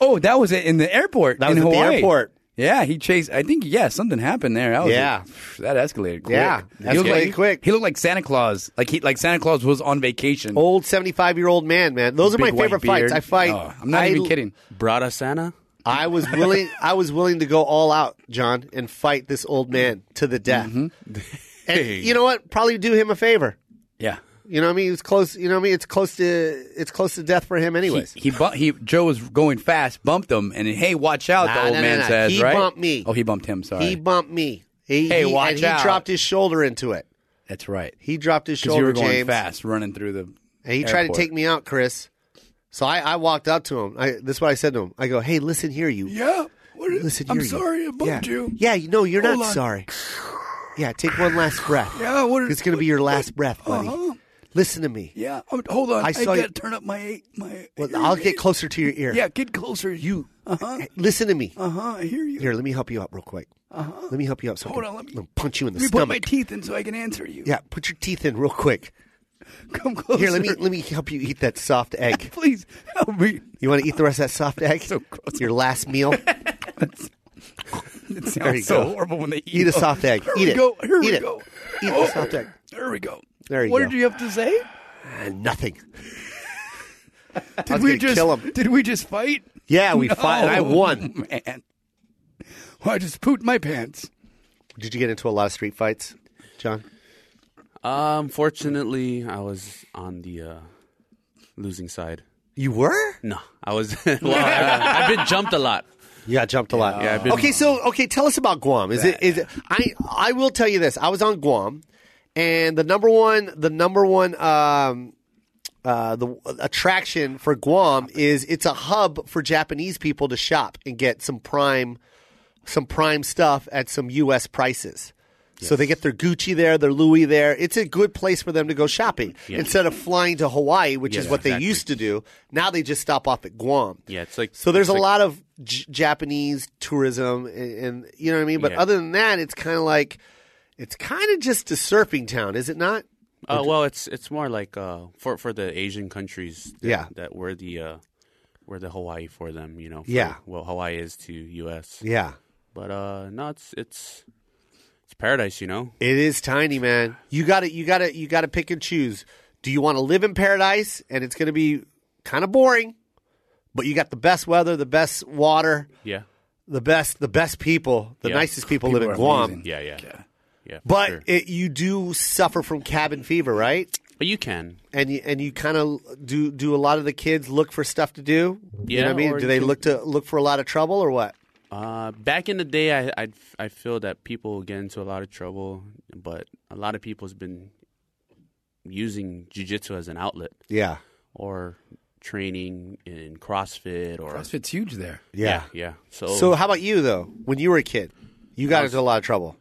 Speaker 5: "Oh, that was it in the airport.
Speaker 2: That was
Speaker 5: in
Speaker 2: at the
Speaker 5: Hawaii.
Speaker 2: airport.
Speaker 5: Yeah, he chased. I think yeah, something happened there. That was
Speaker 2: Yeah.
Speaker 5: that escalated. Quick.
Speaker 2: Yeah,
Speaker 5: he looked
Speaker 2: escalated
Speaker 5: like,
Speaker 2: quick.
Speaker 5: He looked like Santa Claus. Like he like Santa Claus was on vacation.
Speaker 2: Old seventy-five-year-old man, man. Those are my
Speaker 5: Big white
Speaker 2: favorite
Speaker 5: beard.
Speaker 2: fights. I fight.
Speaker 5: Oh, I'm not
Speaker 2: I-
Speaker 5: even kidding.
Speaker 4: Brada Santa?
Speaker 2: I was willing. I was willing to go all out, John, and fight this old man to the death.
Speaker 5: Mm-hmm.
Speaker 2: And you know what? Probably do him a favor.
Speaker 5: Yeah.
Speaker 2: You know what I mean? It's close. You know what I mean? It's close to it's close to death for him,
Speaker 5: He,
Speaker 2: anyways.
Speaker 5: he, bu- he Joe was going fast, bumped him, and hey, watch out!
Speaker 2: Nah,
Speaker 5: the old
Speaker 2: nah, nah,
Speaker 5: man
Speaker 2: nah.
Speaker 5: says,
Speaker 2: He
Speaker 5: right?
Speaker 2: bumped me.
Speaker 5: Oh, he bumped him. Sorry,
Speaker 2: He bumped me. He,
Speaker 5: Hey,
Speaker 2: he-
Speaker 5: watch
Speaker 2: and he
Speaker 5: out.
Speaker 2: dropped his shoulder into it.
Speaker 5: that's right.
Speaker 2: He dropped his
Speaker 5: Because
Speaker 2: shoulder,
Speaker 5: you were going
Speaker 2: James,
Speaker 5: fast, running through the.
Speaker 2: and he tried to
Speaker 5: airport.
Speaker 2: take me out, Chris. So I, I walked up to him. I, this is what I said to him. I go, "Hey, listen here, you.
Speaker 5: Yeah. What is,
Speaker 2: Listen
Speaker 5: I'm
Speaker 2: here, you-
Speaker 5: sorry I bumped
Speaker 2: yeah,
Speaker 5: you.
Speaker 2: Yeah, you- no, you're
Speaker 5: Hold
Speaker 2: not
Speaker 5: on.
Speaker 2: sorry. Yeah, take one last breath.
Speaker 5: Yeah, what is-
Speaker 2: it's going to be your last breath, buddy.
Speaker 5: Uh-huh.
Speaker 2: Listen to me.
Speaker 5: Yeah. I'm- hold on.
Speaker 2: I
Speaker 5: I,
Speaker 2: saw
Speaker 5: gotta
Speaker 2: you-
Speaker 5: turn up my my.
Speaker 2: Well, I'll get closer to your ear.
Speaker 5: Yeah, get closer. You. Uh huh.
Speaker 2: Listen to me.
Speaker 5: Uh huh. I hear you.
Speaker 2: Here, let me help you up real quick. Let me help you up. So
Speaker 5: Uh-huh. Hold
Speaker 2: I can,
Speaker 5: on, let me-
Speaker 2: I'm gonna punch you in the
Speaker 5: Let me put my
Speaker 2: stomach.
Speaker 5: teeth in so I can answer you.
Speaker 2: yeah, put your teeth in real quick.
Speaker 5: Come closer.
Speaker 2: Here, let me let me help you eat that soft egg.
Speaker 5: Please help me.
Speaker 2: You want to eat the rest of that soft egg?
Speaker 5: So gross.
Speaker 2: Your last meal.
Speaker 5: It
Speaker 2: you
Speaker 5: sounds so
Speaker 2: go.
Speaker 5: horrible when they eat.
Speaker 2: Eat a
Speaker 5: them.
Speaker 2: soft egg.
Speaker 5: Here
Speaker 2: eat
Speaker 5: we
Speaker 2: it.
Speaker 5: go. Here
Speaker 2: eat
Speaker 5: we
Speaker 2: it.
Speaker 5: go.
Speaker 2: Eat the
Speaker 5: Oh.
Speaker 2: soft egg.
Speaker 5: There we go.
Speaker 2: There you
Speaker 5: what
Speaker 2: go.
Speaker 5: did you have to say?
Speaker 2: And nothing. I
Speaker 5: Did
Speaker 2: was
Speaker 5: we
Speaker 2: gonna
Speaker 5: just
Speaker 2: kill him.
Speaker 5: did we just fight?
Speaker 2: Yeah, we
Speaker 5: No,
Speaker 2: fought. and I won.
Speaker 5: Man, well, I just pooped my pants.
Speaker 2: Did you get into a lot of street fights, John?
Speaker 4: Uh, unfortunately, I was on the uh, losing side.
Speaker 2: You were?
Speaker 4: No, I was. well, I, I've been jumped a lot.
Speaker 2: You got jumped a lot.
Speaker 4: Yeah, I've been-
Speaker 2: okay, so okay, tell us about Guam. Is it is it, I I will tell you this. I was on Guam, and the number one the number one um uh the attraction for Guam is it's a hub for Japanese people to shop and get some prime some prime stuff at some U.S. prices. So they get their Gucci there, their Louis there. It's a good place for them to go shopping instead of flying to Hawaii, which is
Speaker 4: Yes,
Speaker 2: what they
Speaker 4: exactly.
Speaker 2: used to do. Now they just stop off at Guam.
Speaker 4: Yeah, it's like-
Speaker 2: so. There's
Speaker 4: it's
Speaker 2: a
Speaker 4: like-
Speaker 2: lot of J- Japanese tourism, and, and you know what I mean. But
Speaker 4: Yeah.
Speaker 2: other than that, it's kind of like it's kind of just a surfing town, is it not?
Speaker 4: Uh, well, it's it's more like uh, for for the Asian countries. That,
Speaker 2: Yeah.
Speaker 4: that were the uh, were the Hawaii for them. You know. For,
Speaker 2: Yeah.
Speaker 4: Well, Hawaii is to U.S.
Speaker 2: Yeah,
Speaker 4: But uh, no, it's it's it's paradise. You know.
Speaker 2: it is tiny, man. You got to You got to You got to pick and choose. Do you want to live in paradise, and it's going to be kind of boring, but you got the best weather, the best water,
Speaker 4: Yeah.
Speaker 2: the best the best people, the
Speaker 4: Yeah.
Speaker 2: nicest people, live
Speaker 5: are
Speaker 2: in Guam.
Speaker 5: amazing.
Speaker 4: Yeah. Yeah. Yeah. for
Speaker 2: But
Speaker 4: sure.
Speaker 2: it, you do suffer from cabin fever, right?
Speaker 4: but you can.
Speaker 2: and you, and you kind of do do a lot of the kids look for stuff to do. you
Speaker 4: Yeah,
Speaker 2: know what I mean?
Speaker 4: or
Speaker 2: Do
Speaker 4: you
Speaker 2: they
Speaker 4: can-
Speaker 2: look to look for a lot of trouble or what?
Speaker 4: Uh, back in the day, I, I I feel that people get into a lot of trouble, but a lot of people's been using jujitsu as an outlet
Speaker 2: Yeah,
Speaker 4: or training in CrossFit or
Speaker 5: CrossFit's huge there.
Speaker 4: Yeah, yeah. So,
Speaker 2: So how about you though? When you were a kid, you got into a lot of trouble.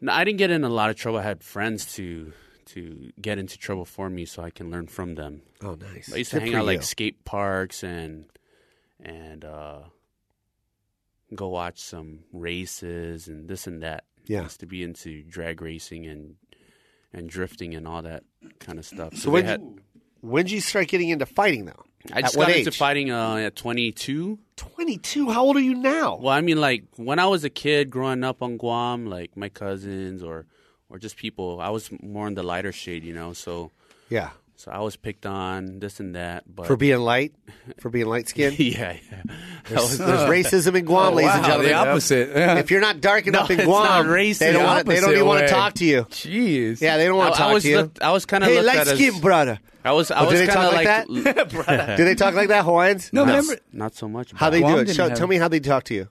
Speaker 4: No, I didn't get in a lot of trouble. I had friends to to get into trouble for me, so I can learn from them.
Speaker 2: Oh, nice.
Speaker 4: I used to
Speaker 2: Good
Speaker 4: hang
Speaker 2: for
Speaker 4: out like
Speaker 2: you.
Speaker 4: skate parks and and uh, go watch some races and this and that.
Speaker 2: Yeah.
Speaker 4: I used to be into drag racing and and drifting and all that kind of stuff. So,
Speaker 2: when
Speaker 4: they had,
Speaker 2: When did you start getting into fighting though?
Speaker 4: I just
Speaker 2: At what
Speaker 4: got
Speaker 2: age?
Speaker 4: into fighting uh, at 22.
Speaker 2: 22. How old are you now?
Speaker 4: Well, I mean, like when I was a kid growing up on Guam, like my cousins or or just people, I was more in the lighter shade, you know. So
Speaker 2: Yeah.
Speaker 4: so I was picked on this and that, but
Speaker 2: For being light, for being light skinned.
Speaker 4: yeah, yeah. That was-
Speaker 2: There's racism in Guam, ladies and
Speaker 5: wow,
Speaker 2: gentlemen.
Speaker 5: the opposite.
Speaker 2: If you're not dark enough in
Speaker 4: it's not
Speaker 2: Guam,
Speaker 4: racist.
Speaker 2: they don't want they don't even
Speaker 5: Opposite
Speaker 2: want to
Speaker 5: way.
Speaker 2: talk to you.
Speaker 5: Jeez.
Speaker 2: Yeah, they don't want
Speaker 4: I- I
Speaker 2: to talk
Speaker 4: was
Speaker 2: to you.
Speaker 4: looked- I was kinda
Speaker 2: hey,
Speaker 4: looked
Speaker 2: light
Speaker 4: at as-
Speaker 2: skin brother.
Speaker 4: I was I
Speaker 2: Oh, do
Speaker 4: was
Speaker 2: they
Speaker 4: kind
Speaker 2: talk
Speaker 4: of
Speaker 2: like
Speaker 4: like,
Speaker 2: Do they talk like that, Hawaiians?
Speaker 5: No,
Speaker 4: not,
Speaker 5: remember
Speaker 4: not so much.
Speaker 2: How
Speaker 4: bro.
Speaker 2: they
Speaker 5: Guam
Speaker 2: do it?
Speaker 5: didn't
Speaker 2: Show,
Speaker 5: have-
Speaker 2: tell me how they talk to you.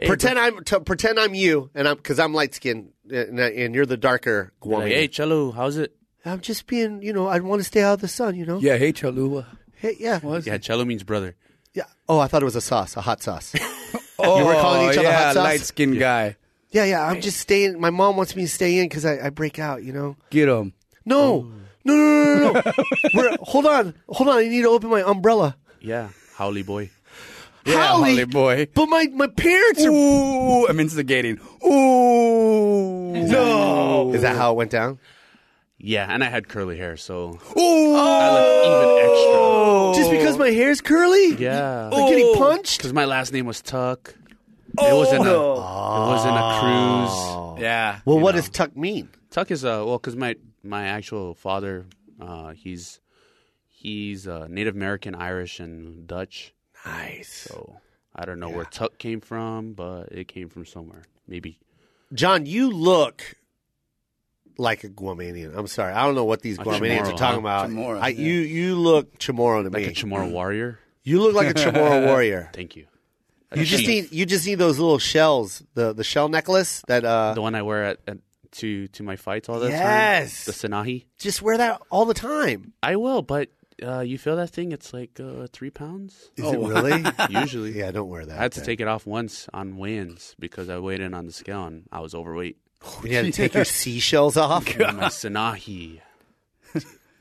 Speaker 4: Hey,
Speaker 2: pretend I'm t- pretend I'm you, and I'm because I'm light skinned and, and you're the darker
Speaker 4: bro.
Speaker 2: Guamian.
Speaker 4: Like, hey, Chelo, how's it?
Speaker 2: I'm just being, you know, I want to stay out of the sun, you know.
Speaker 5: Yeah, hey, Cholula.
Speaker 2: Hey, yeah,
Speaker 4: Yeah, Chelo means brother.
Speaker 2: yeah. Oh, I thought it was a sauce, a hot sauce.
Speaker 5: Oh,
Speaker 2: were calling each other
Speaker 5: yeah,
Speaker 2: hot sauce?
Speaker 5: light skinned guy.
Speaker 2: yeah, yeah. I'm just staying. My mom wants me to stay in because I, I break out, you know.
Speaker 5: Get him.
Speaker 4: Oh.
Speaker 2: No, no, no, no, no. no. We're, hold on, hold on. I need to open my umbrella.
Speaker 4: Yeah, Howley boy.
Speaker 5: Yeah,
Speaker 2: Holly,
Speaker 5: Holly boy.
Speaker 2: But my my parents are.
Speaker 5: Ooh, I'm instigating. Ooh. No.
Speaker 2: Is that how it went down?
Speaker 4: Yeah, and I had curly hair, so
Speaker 5: Ooh.
Speaker 4: I looked
Speaker 2: Just because my hair's curly?
Speaker 4: even extra. Oh. Yeah. Oh.
Speaker 2: Like getting punched? Oh,
Speaker 4: Because my last name was Tuck. it wasn't a. It wasn't a cruise.
Speaker 5: Yeah.
Speaker 2: Well, what does tuck mean?
Speaker 4: Tuck is a well, because my my actual father, uh, he's he's uh, Native American, Irish, and Dutch.
Speaker 2: Nice.
Speaker 4: So I don't know where Tuck came from, but it came from somewhere. Maybe
Speaker 2: John, you look like a Guamanian. I'm sorry, I don't know what these Guamanians are
Speaker 4: Chamorro,
Speaker 2: talking
Speaker 4: huh?
Speaker 2: about.
Speaker 5: Chamorro,
Speaker 2: I, You you look Chamorro to
Speaker 4: like
Speaker 2: me.
Speaker 4: a Chamorro warrior.
Speaker 2: you look like a Chamorro warrior.
Speaker 4: Thank you.
Speaker 2: You just need you just need those little shells, the the shell necklace that uh
Speaker 4: the one I wear at, at to to my fights all the
Speaker 2: Yes.
Speaker 4: time. The Sanahi.
Speaker 2: just wear that all the time.
Speaker 4: I will, but uh, you feel that thing? It's like uh, three pounds.
Speaker 2: Is it really?
Speaker 4: Usually,
Speaker 2: Oh. yeah, don't wear that.
Speaker 4: I had to take it off once on weigh-ins because I weighed in on the scale and I was overweight.
Speaker 2: You had to take your seashells off.
Speaker 4: And my Sanahi.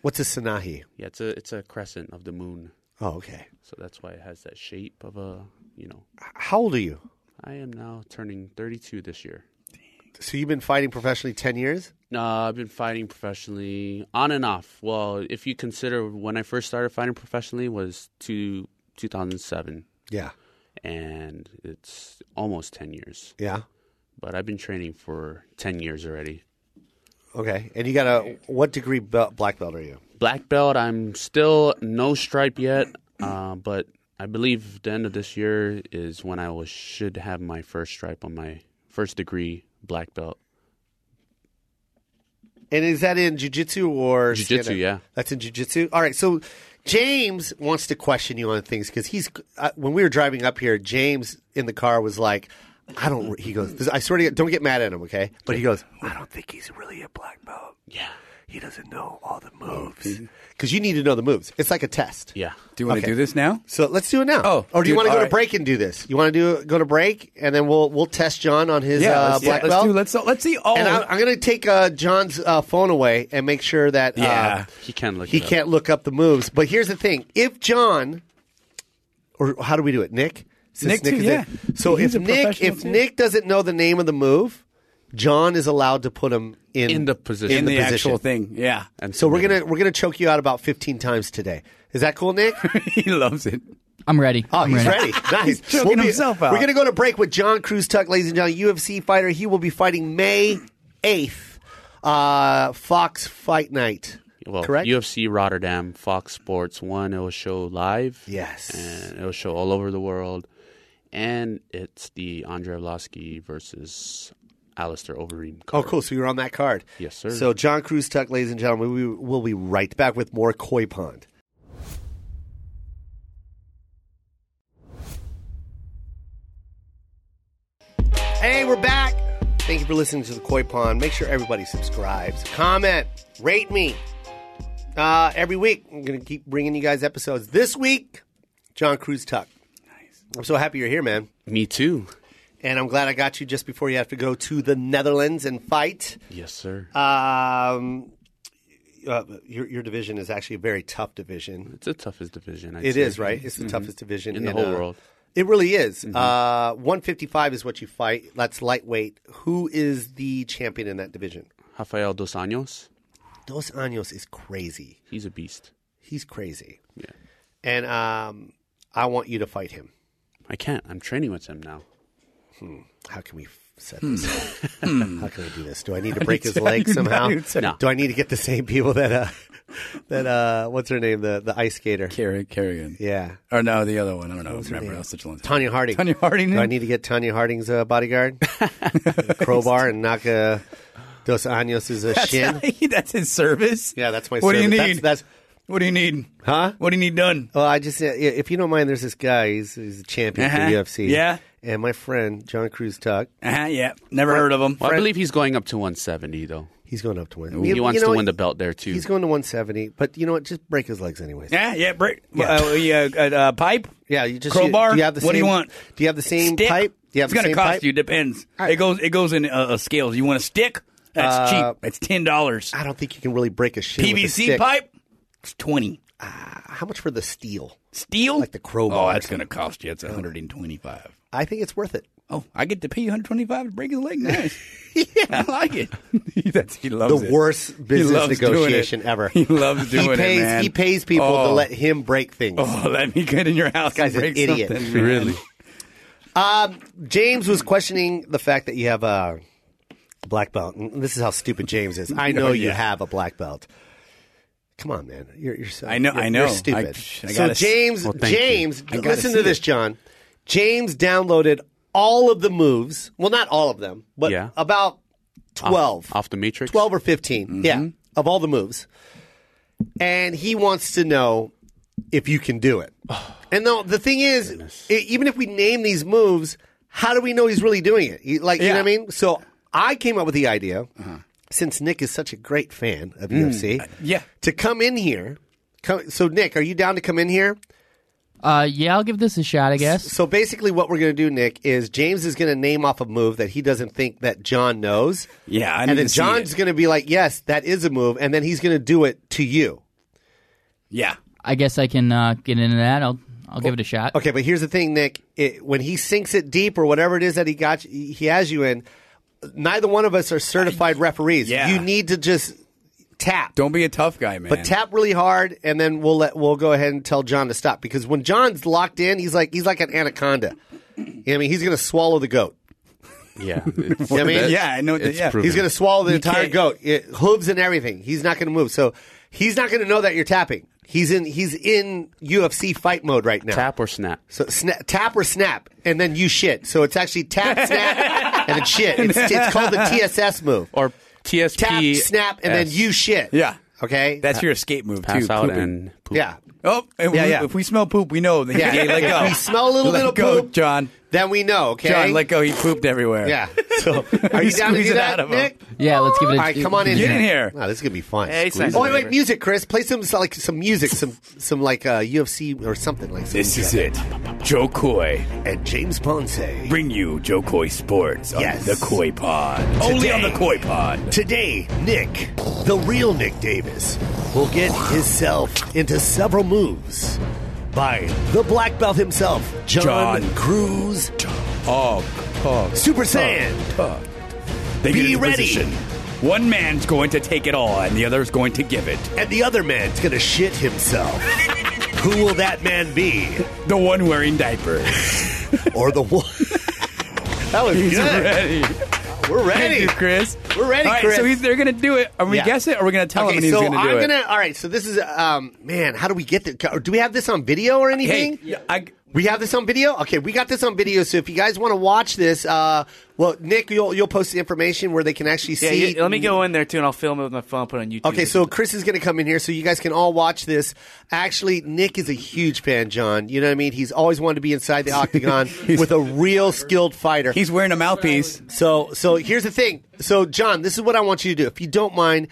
Speaker 2: What's a sanahi?
Speaker 4: Yeah, it's a it's a crescent of the moon,
Speaker 2: Oh, okay.
Speaker 4: so that's why it has that shape of a you know.
Speaker 2: How old are you?
Speaker 4: I am now turning 32 this year.
Speaker 2: So you've been fighting professionally ten years?
Speaker 4: No, I've been fighting professionally on and off. Well, if you consider when I first started fighting professionally was two, 2007
Speaker 2: Yeah.
Speaker 4: and it's almost 10 years.
Speaker 2: Yeah.
Speaker 4: But I've been training for 10 years already.
Speaker 2: Okay. And you got a what degree bel- black belt are you?
Speaker 4: Black belt, I'm still no stripe yet, uh, but I believe the end of this year is when I will, should have my first stripe on my first degree black belt.
Speaker 2: And is that in jujitsu or
Speaker 4: Jiu-jitsu,
Speaker 2: stand-up?
Speaker 4: yeah.
Speaker 2: That's in jujitsu. All right. So James wants to question you on things because he's uh, when we were driving up here, James in the car was like, "I don't." re- He goes, this- "I swear to you, don't get mad at him, okay?" But he goes, "I don't think he's really a black belt.
Speaker 4: Yeah.
Speaker 2: He doesn't know all the moves because you need to know the moves. It's like a test."
Speaker 4: Yeah.
Speaker 5: Do you want to
Speaker 2: Okay.
Speaker 5: do this now?
Speaker 2: So let's do it now.
Speaker 5: Oh,
Speaker 2: or do you
Speaker 5: dude,
Speaker 2: want to go
Speaker 5: all
Speaker 2: to
Speaker 5: right.
Speaker 2: break and do this? You want to do go to break and then we'll we'll test John on his uh,
Speaker 5: let's,
Speaker 2: black
Speaker 5: let's
Speaker 2: belt.
Speaker 5: do. Let's let's see all.
Speaker 2: and I,
Speaker 5: of-
Speaker 2: I'm going to take uh, John's uh, phone away and make sure that uh,
Speaker 5: Yeah.
Speaker 4: He can look
Speaker 2: he
Speaker 4: it up.
Speaker 2: can't look up the moves. But here's the thing: if John, or how do we do it, Nick? Since
Speaker 5: Nick, too,
Speaker 2: is
Speaker 5: yeah.
Speaker 2: in. So
Speaker 5: He's
Speaker 2: if
Speaker 5: a
Speaker 2: Nick,
Speaker 5: professional,
Speaker 2: if
Speaker 5: too.
Speaker 2: Nick doesn't know the name of the move, John is allowed to put him in
Speaker 4: In the position.
Speaker 5: in
Speaker 2: the
Speaker 5: the,
Speaker 2: position.
Speaker 5: actual thing. Yeah.
Speaker 4: And
Speaker 2: So we're
Speaker 4: submit it.
Speaker 2: gonna we're gonna choke you out about 15 times today. Is that cool, Nick?
Speaker 5: he loves it.
Speaker 6: I'm ready.
Speaker 2: Oh,
Speaker 6: I'm
Speaker 2: he's ready. Nice.
Speaker 5: choking
Speaker 2: be-
Speaker 5: himself out.
Speaker 2: We're going to go to break with John Cruz Tuck, ladies and gentlemen, UFC fighter. He will be fighting May 8th, uh, Fox Fight Night.
Speaker 4: Well,
Speaker 2: Correct?
Speaker 4: UFC Rotterdam, Fox Sports One. It will show live.
Speaker 2: Yes.
Speaker 4: and it will show all over the world. And it's the Andre Arlovsky versus Alistair Overeem.
Speaker 2: Oh,
Speaker 4: Card.
Speaker 2: cool. So you're on that card.
Speaker 4: Yes, sir.
Speaker 2: So, John Cruz Tuck, ladies and gentlemen, we will be right back with more Koi Pond. Hey, we're back. Thank you for listening to the Koi Pond. Make sure everybody subscribes, comment, rate me, Uh, every week, I'm going to keep bringing you guys episodes. This week, John Cruz Tuck. Nice. I'm so happy you're here, man.
Speaker 4: Me too.
Speaker 2: And I'm glad I got you just before you have to go to the Netherlands and fight.
Speaker 4: Yes, sir.
Speaker 2: Um, uh, your, your division is actually a very tough division.
Speaker 4: it's the toughest division. I'd
Speaker 2: It
Speaker 4: say.
Speaker 2: is, right? It's the toughest division
Speaker 4: Mm-hmm. In the whole
Speaker 2: uh,
Speaker 4: world. Mm-hmm.
Speaker 2: It really is. Uh, 155 is what you fight. That's lightweight. Who is the champion in that division?
Speaker 4: Rafael Dos Anjos.
Speaker 2: Dos Anjos is crazy.
Speaker 4: He's a beast.
Speaker 2: He's crazy.
Speaker 4: Yeah.
Speaker 2: And um, I want you to fight him.
Speaker 4: I can't. I'm training with him now.
Speaker 2: How can we f- set this up?
Speaker 4: Hmm.
Speaker 2: How can we do this? Do I need to break his leg somehow?
Speaker 4: No.
Speaker 2: Do I need to get the same people that uh, that uh, what's her name? The the ice skater.
Speaker 5: Carri- Carrigan.
Speaker 2: Yeah.
Speaker 5: Or no, the other one. I don't know. remember. That was such a long time.
Speaker 2: Tanya Harding.
Speaker 5: Tanya Harding
Speaker 2: Do
Speaker 5: in?
Speaker 2: I need to get Tanya Harding's uh, bodyguard? crowbar and knock uh, Dos Anjos' uh, shin?
Speaker 5: That's his service.
Speaker 2: Yeah, that's my
Speaker 5: What do you
Speaker 2: service.
Speaker 5: need?
Speaker 2: That's, that's,
Speaker 5: What do you need?
Speaker 2: huh?
Speaker 5: What do you need done?
Speaker 2: Well, I just, uh, yeah, if you don't mind, there's this guy. He's, he's a champion
Speaker 5: Uh-huh.
Speaker 2: for UFC.
Speaker 5: Yeah.
Speaker 2: And my friend, John Cruz Tuck,
Speaker 5: Uh-huh, yeah, never heard of him.
Speaker 4: Well, I believe he's going up to 170 though.
Speaker 2: he's going up to win.
Speaker 4: He wants to win the belt there too.
Speaker 2: He's going to 170, but you know what? Just break his legs anyways.
Speaker 5: Yeah, yeah, break. Uh, yeah, uh, uh, pipe.
Speaker 2: Yeah, you just
Speaker 5: Crowbar?
Speaker 2: You, do you have the
Speaker 5: What do you
Speaker 2: same-
Speaker 5: want?
Speaker 2: Do you have the same
Speaker 5: stick.
Speaker 2: pipe? Do you have
Speaker 5: it's
Speaker 2: the
Speaker 5: gonna
Speaker 2: same
Speaker 5: cost
Speaker 2: pipe?
Speaker 5: you. Depends. It goes. It goes in uh, uh, scales. You want a stick?
Speaker 2: Uh,
Speaker 5: That's cheap. That's ten dollars.
Speaker 2: I don't think you can really break a shin with a
Speaker 5: PVC
Speaker 2: stick.
Speaker 5: pipe. It's twenty.
Speaker 2: How much for the steel?
Speaker 5: Steel.
Speaker 2: Like the crowbar.
Speaker 5: Oh, that's gonna cost you. It's one hundred and twenty-five.
Speaker 2: I think it's worth it.
Speaker 5: Oh, I get to pay you one hundred twenty-five to break his leg. Nice. yeah, I like it. that's he loves
Speaker 2: The
Speaker 5: it.
Speaker 2: worst business
Speaker 5: loves doing it.
Speaker 2: negotiation ever.
Speaker 5: He loves doing
Speaker 2: he
Speaker 5: it,
Speaker 2: pays,
Speaker 5: man.
Speaker 2: He pays people to
Speaker 5: Oh.
Speaker 2: let him break things.
Speaker 5: Oh, let me get in your house.
Speaker 2: guy's
Speaker 5: and
Speaker 2: an
Speaker 5: break
Speaker 2: idiot.
Speaker 5: Something, man.
Speaker 4: really.
Speaker 2: James was questioning the fact that you have a black belt. And This is how stupid James is. I know
Speaker 5: Oh,
Speaker 2: you
Speaker 5: yeah.
Speaker 2: have a black belt. Come on, man. You're, you're so,
Speaker 5: I know-
Speaker 2: You're,
Speaker 5: I know.
Speaker 2: You're stupid.
Speaker 5: I- I
Speaker 2: so
Speaker 5: gotta s-
Speaker 2: James,
Speaker 4: Well, thank you.
Speaker 2: James,
Speaker 5: I gotta
Speaker 2: listen to
Speaker 5: see
Speaker 2: this,
Speaker 5: it.
Speaker 2: John. James downloaded all of the moves. Well, not all of them, but
Speaker 4: Yeah.
Speaker 2: about twelve.
Speaker 4: Off the matrix.
Speaker 2: 12 or 15. Yeah. Of all the moves. And he wants to know if you can do it. and though the thing is, e- even if we name these moves, how do we know he's really doing it? He- Like, you know what I mean? So I came up with the idea, since Nick is such a great fan of UFC,
Speaker 5: yeah.
Speaker 2: to come in here. Come, so, Nick, are you down to come in here?
Speaker 6: Uh, yeah, I'll give this a shot, I guess.
Speaker 2: So basically, what we're going to do, Nick, is James is going to name off a move that he doesn't think that John knows.
Speaker 5: Yeah, I need
Speaker 2: and then
Speaker 5: to see
Speaker 2: John's
Speaker 5: it.
Speaker 2: going to be like, "Yes, that is a move," and then he's going to do it to you.
Speaker 5: Yeah.
Speaker 6: I guess I can uh, get into that. I'll I'll give it a shot.
Speaker 2: Okay, but here's the thing, Nick. It, when he sinks it deep or whatever it is that he got, you- he has you in. Neither one of us are certified referees.
Speaker 5: yeah.
Speaker 2: You need to just tap.
Speaker 5: Don't be a tough guy, man.
Speaker 2: But tap really hard, and then we'll let we'll go ahead and tell John to stop because when John's locked in, he's like he's like an anaconda. You know what I mean, he's going to swallow the goat.
Speaker 4: Yeah. It's,
Speaker 2: You know what I mean?
Speaker 5: Yeah, I know.
Speaker 4: it's
Speaker 5: yeah.
Speaker 4: proven.
Speaker 2: He's going to swallow the
Speaker 5: You
Speaker 2: entire
Speaker 5: can't-
Speaker 2: goat, it, hooves and everything. He's not going to move. So he's not going to know that you're tapping. He's in he's in UFC fight mode right now.
Speaker 4: Tap or snap.
Speaker 2: So sna- tap or snap, and then you shit. So it's actually tap, snap, and then shit. It's, it's called the TSS move.
Speaker 4: Or TSP.
Speaker 2: Tap, snap, and then you shit.
Speaker 5: Yeah.
Speaker 2: Okay.
Speaker 5: That's your escape move
Speaker 4: pass
Speaker 5: too.
Speaker 4: out
Speaker 5: pooping.
Speaker 4: and poop.
Speaker 2: yeah.
Speaker 5: oh, and
Speaker 2: Yeah,
Speaker 5: we,
Speaker 2: yeah.
Speaker 5: if we smell poop, we know. That,
Speaker 2: Yeah.
Speaker 5: yeah, let
Speaker 2: If
Speaker 5: go.
Speaker 2: we smell a little
Speaker 5: let
Speaker 2: bit of
Speaker 5: go,
Speaker 2: poop-
Speaker 5: John.
Speaker 2: Then we know. Okay.
Speaker 5: John, let go. He pooped everywhere.
Speaker 2: Yeah. So are you down to
Speaker 5: Squeeze
Speaker 2: do
Speaker 5: it
Speaker 2: that,
Speaker 5: out of him.
Speaker 2: Nick?
Speaker 6: Yeah, let's give it. a
Speaker 2: All right, come on in.
Speaker 5: Get in here.
Speaker 2: Wow, this is gonna be fun.
Speaker 3: Hey, it's nice
Speaker 2: oh wait,
Speaker 3: to be
Speaker 2: wait,
Speaker 3: here.
Speaker 2: music, Chris. Play some like some music, some some like uh, UFC or something like. Something
Speaker 5: This is it. Joe Coy.
Speaker 2: And James Ponce.
Speaker 5: Bring you Joe Coy Sports on
Speaker 2: Yes.
Speaker 5: the Coy Pod. Only on the Coy Pod.
Speaker 2: Today, Nick, the real Nick Davis, will get himself into several moves by the black belt himself, John,
Speaker 5: John.
Speaker 2: Cruz,
Speaker 5: Oh, oh.
Speaker 2: Super Saiyan.
Speaker 5: They
Speaker 2: Be
Speaker 5: get into
Speaker 2: ready.
Speaker 5: position. One man's going to take it all, and the other's going to give it.
Speaker 2: and the other man's gonna shit himself. Who will that man be?
Speaker 5: The one wearing diapers.
Speaker 2: Or the one? that was
Speaker 5: He's
Speaker 2: good.
Speaker 5: ready.
Speaker 2: We're
Speaker 5: Thank
Speaker 2: ready.
Speaker 5: you, Chris.
Speaker 2: We're ready,
Speaker 5: All right,
Speaker 2: Chris.
Speaker 5: so he's, they're going to do it. Are we
Speaker 2: Yeah.
Speaker 5: guess it, or are we going to tell
Speaker 2: okay,
Speaker 5: him and he's
Speaker 2: so
Speaker 5: going to do
Speaker 2: I'm
Speaker 5: it?
Speaker 2: gonna. All right, so this is um, man. How do we get the? Do we have this on video or anything?
Speaker 5: Hey, I,
Speaker 2: We have this on video. Okay, we got this on video. So if you guys want to watch this, uh, well, Nick, you'll you'll post the information where they can actually
Speaker 3: Yeah,
Speaker 2: see.
Speaker 3: you- let me go in there too, and I'll film it with my phone, put it on YouTube.
Speaker 2: Okay, so Chris is going to come in here, so you guys can all watch this. Actually, Nick is a huge fan, John. You know what I mean? He's always wanted to be inside the octagon with a real skilled fighter.
Speaker 5: he's wearing a mouthpiece.
Speaker 2: So so here's the thing. So John, this is what I want you to do. If you don't mind,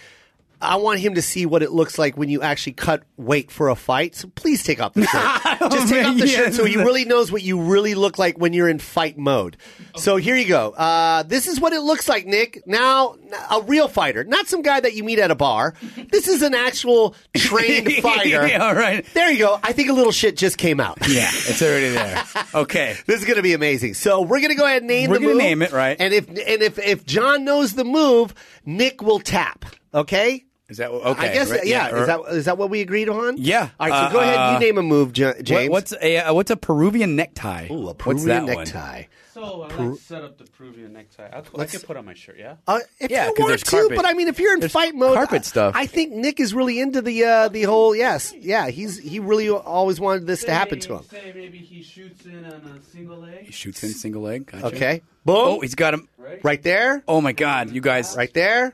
Speaker 2: I want him to see what it looks like when you actually cut weight for a fight. So please take off the shirt. Just take off the shirt so he really knows what you really look like when you're in fight mode. So here you go. Uh, this is what it looks like, Nick. Now, a real fighter, not some guy that you meet at a bar. This is an actual trained fighter.
Speaker 5: Yeah, all right.
Speaker 2: There you go. I think a little shit just came out.
Speaker 5: Yeah, it's already there. Okay.
Speaker 2: This is going to be amazing. So we're going to go ahead and name
Speaker 5: We're
Speaker 2: the
Speaker 5: gonna
Speaker 2: move.
Speaker 5: name it, right.
Speaker 2: And if and if if John knows the move, Nick will tap. Okay.
Speaker 5: Is that what- okay?
Speaker 2: I guess
Speaker 5: right,
Speaker 2: yeah.
Speaker 5: or-
Speaker 2: Is that is that what we agreed on?
Speaker 5: Yeah.
Speaker 2: All right. So
Speaker 5: Uh,
Speaker 2: go ahead. You
Speaker 5: uh,
Speaker 2: name a move, J- James.
Speaker 5: What- what's a uh, what's a Peruvian necktie?
Speaker 2: Ooh, a
Speaker 5: what's
Speaker 2: Peruvian
Speaker 5: that one?
Speaker 2: necktie?
Speaker 4: So Oh, I like set up the Peruvian necktie. I'll, I could put on my shirt. Yeah.
Speaker 2: Uh, if
Speaker 5: Yeah,
Speaker 2: you
Speaker 5: 'cause
Speaker 2: want
Speaker 5: there's
Speaker 2: to,
Speaker 5: carpet.
Speaker 2: but I mean, if you're in
Speaker 5: There's
Speaker 2: fight mode,
Speaker 5: carpet
Speaker 2: I-
Speaker 5: stuff.
Speaker 2: I think Nick is really into the uh, the whole. Yes, yeah, he's he really always wanted this to happen to him.
Speaker 4: Say maybe he shoots in on a single
Speaker 5: He
Speaker 4: leg.
Speaker 5: shoots in single leg. Gotcha.
Speaker 2: Okay,
Speaker 5: Oh,
Speaker 2: boom,
Speaker 5: he's got him.
Speaker 2: right there,
Speaker 5: Oh my God, you guys.
Speaker 2: right there,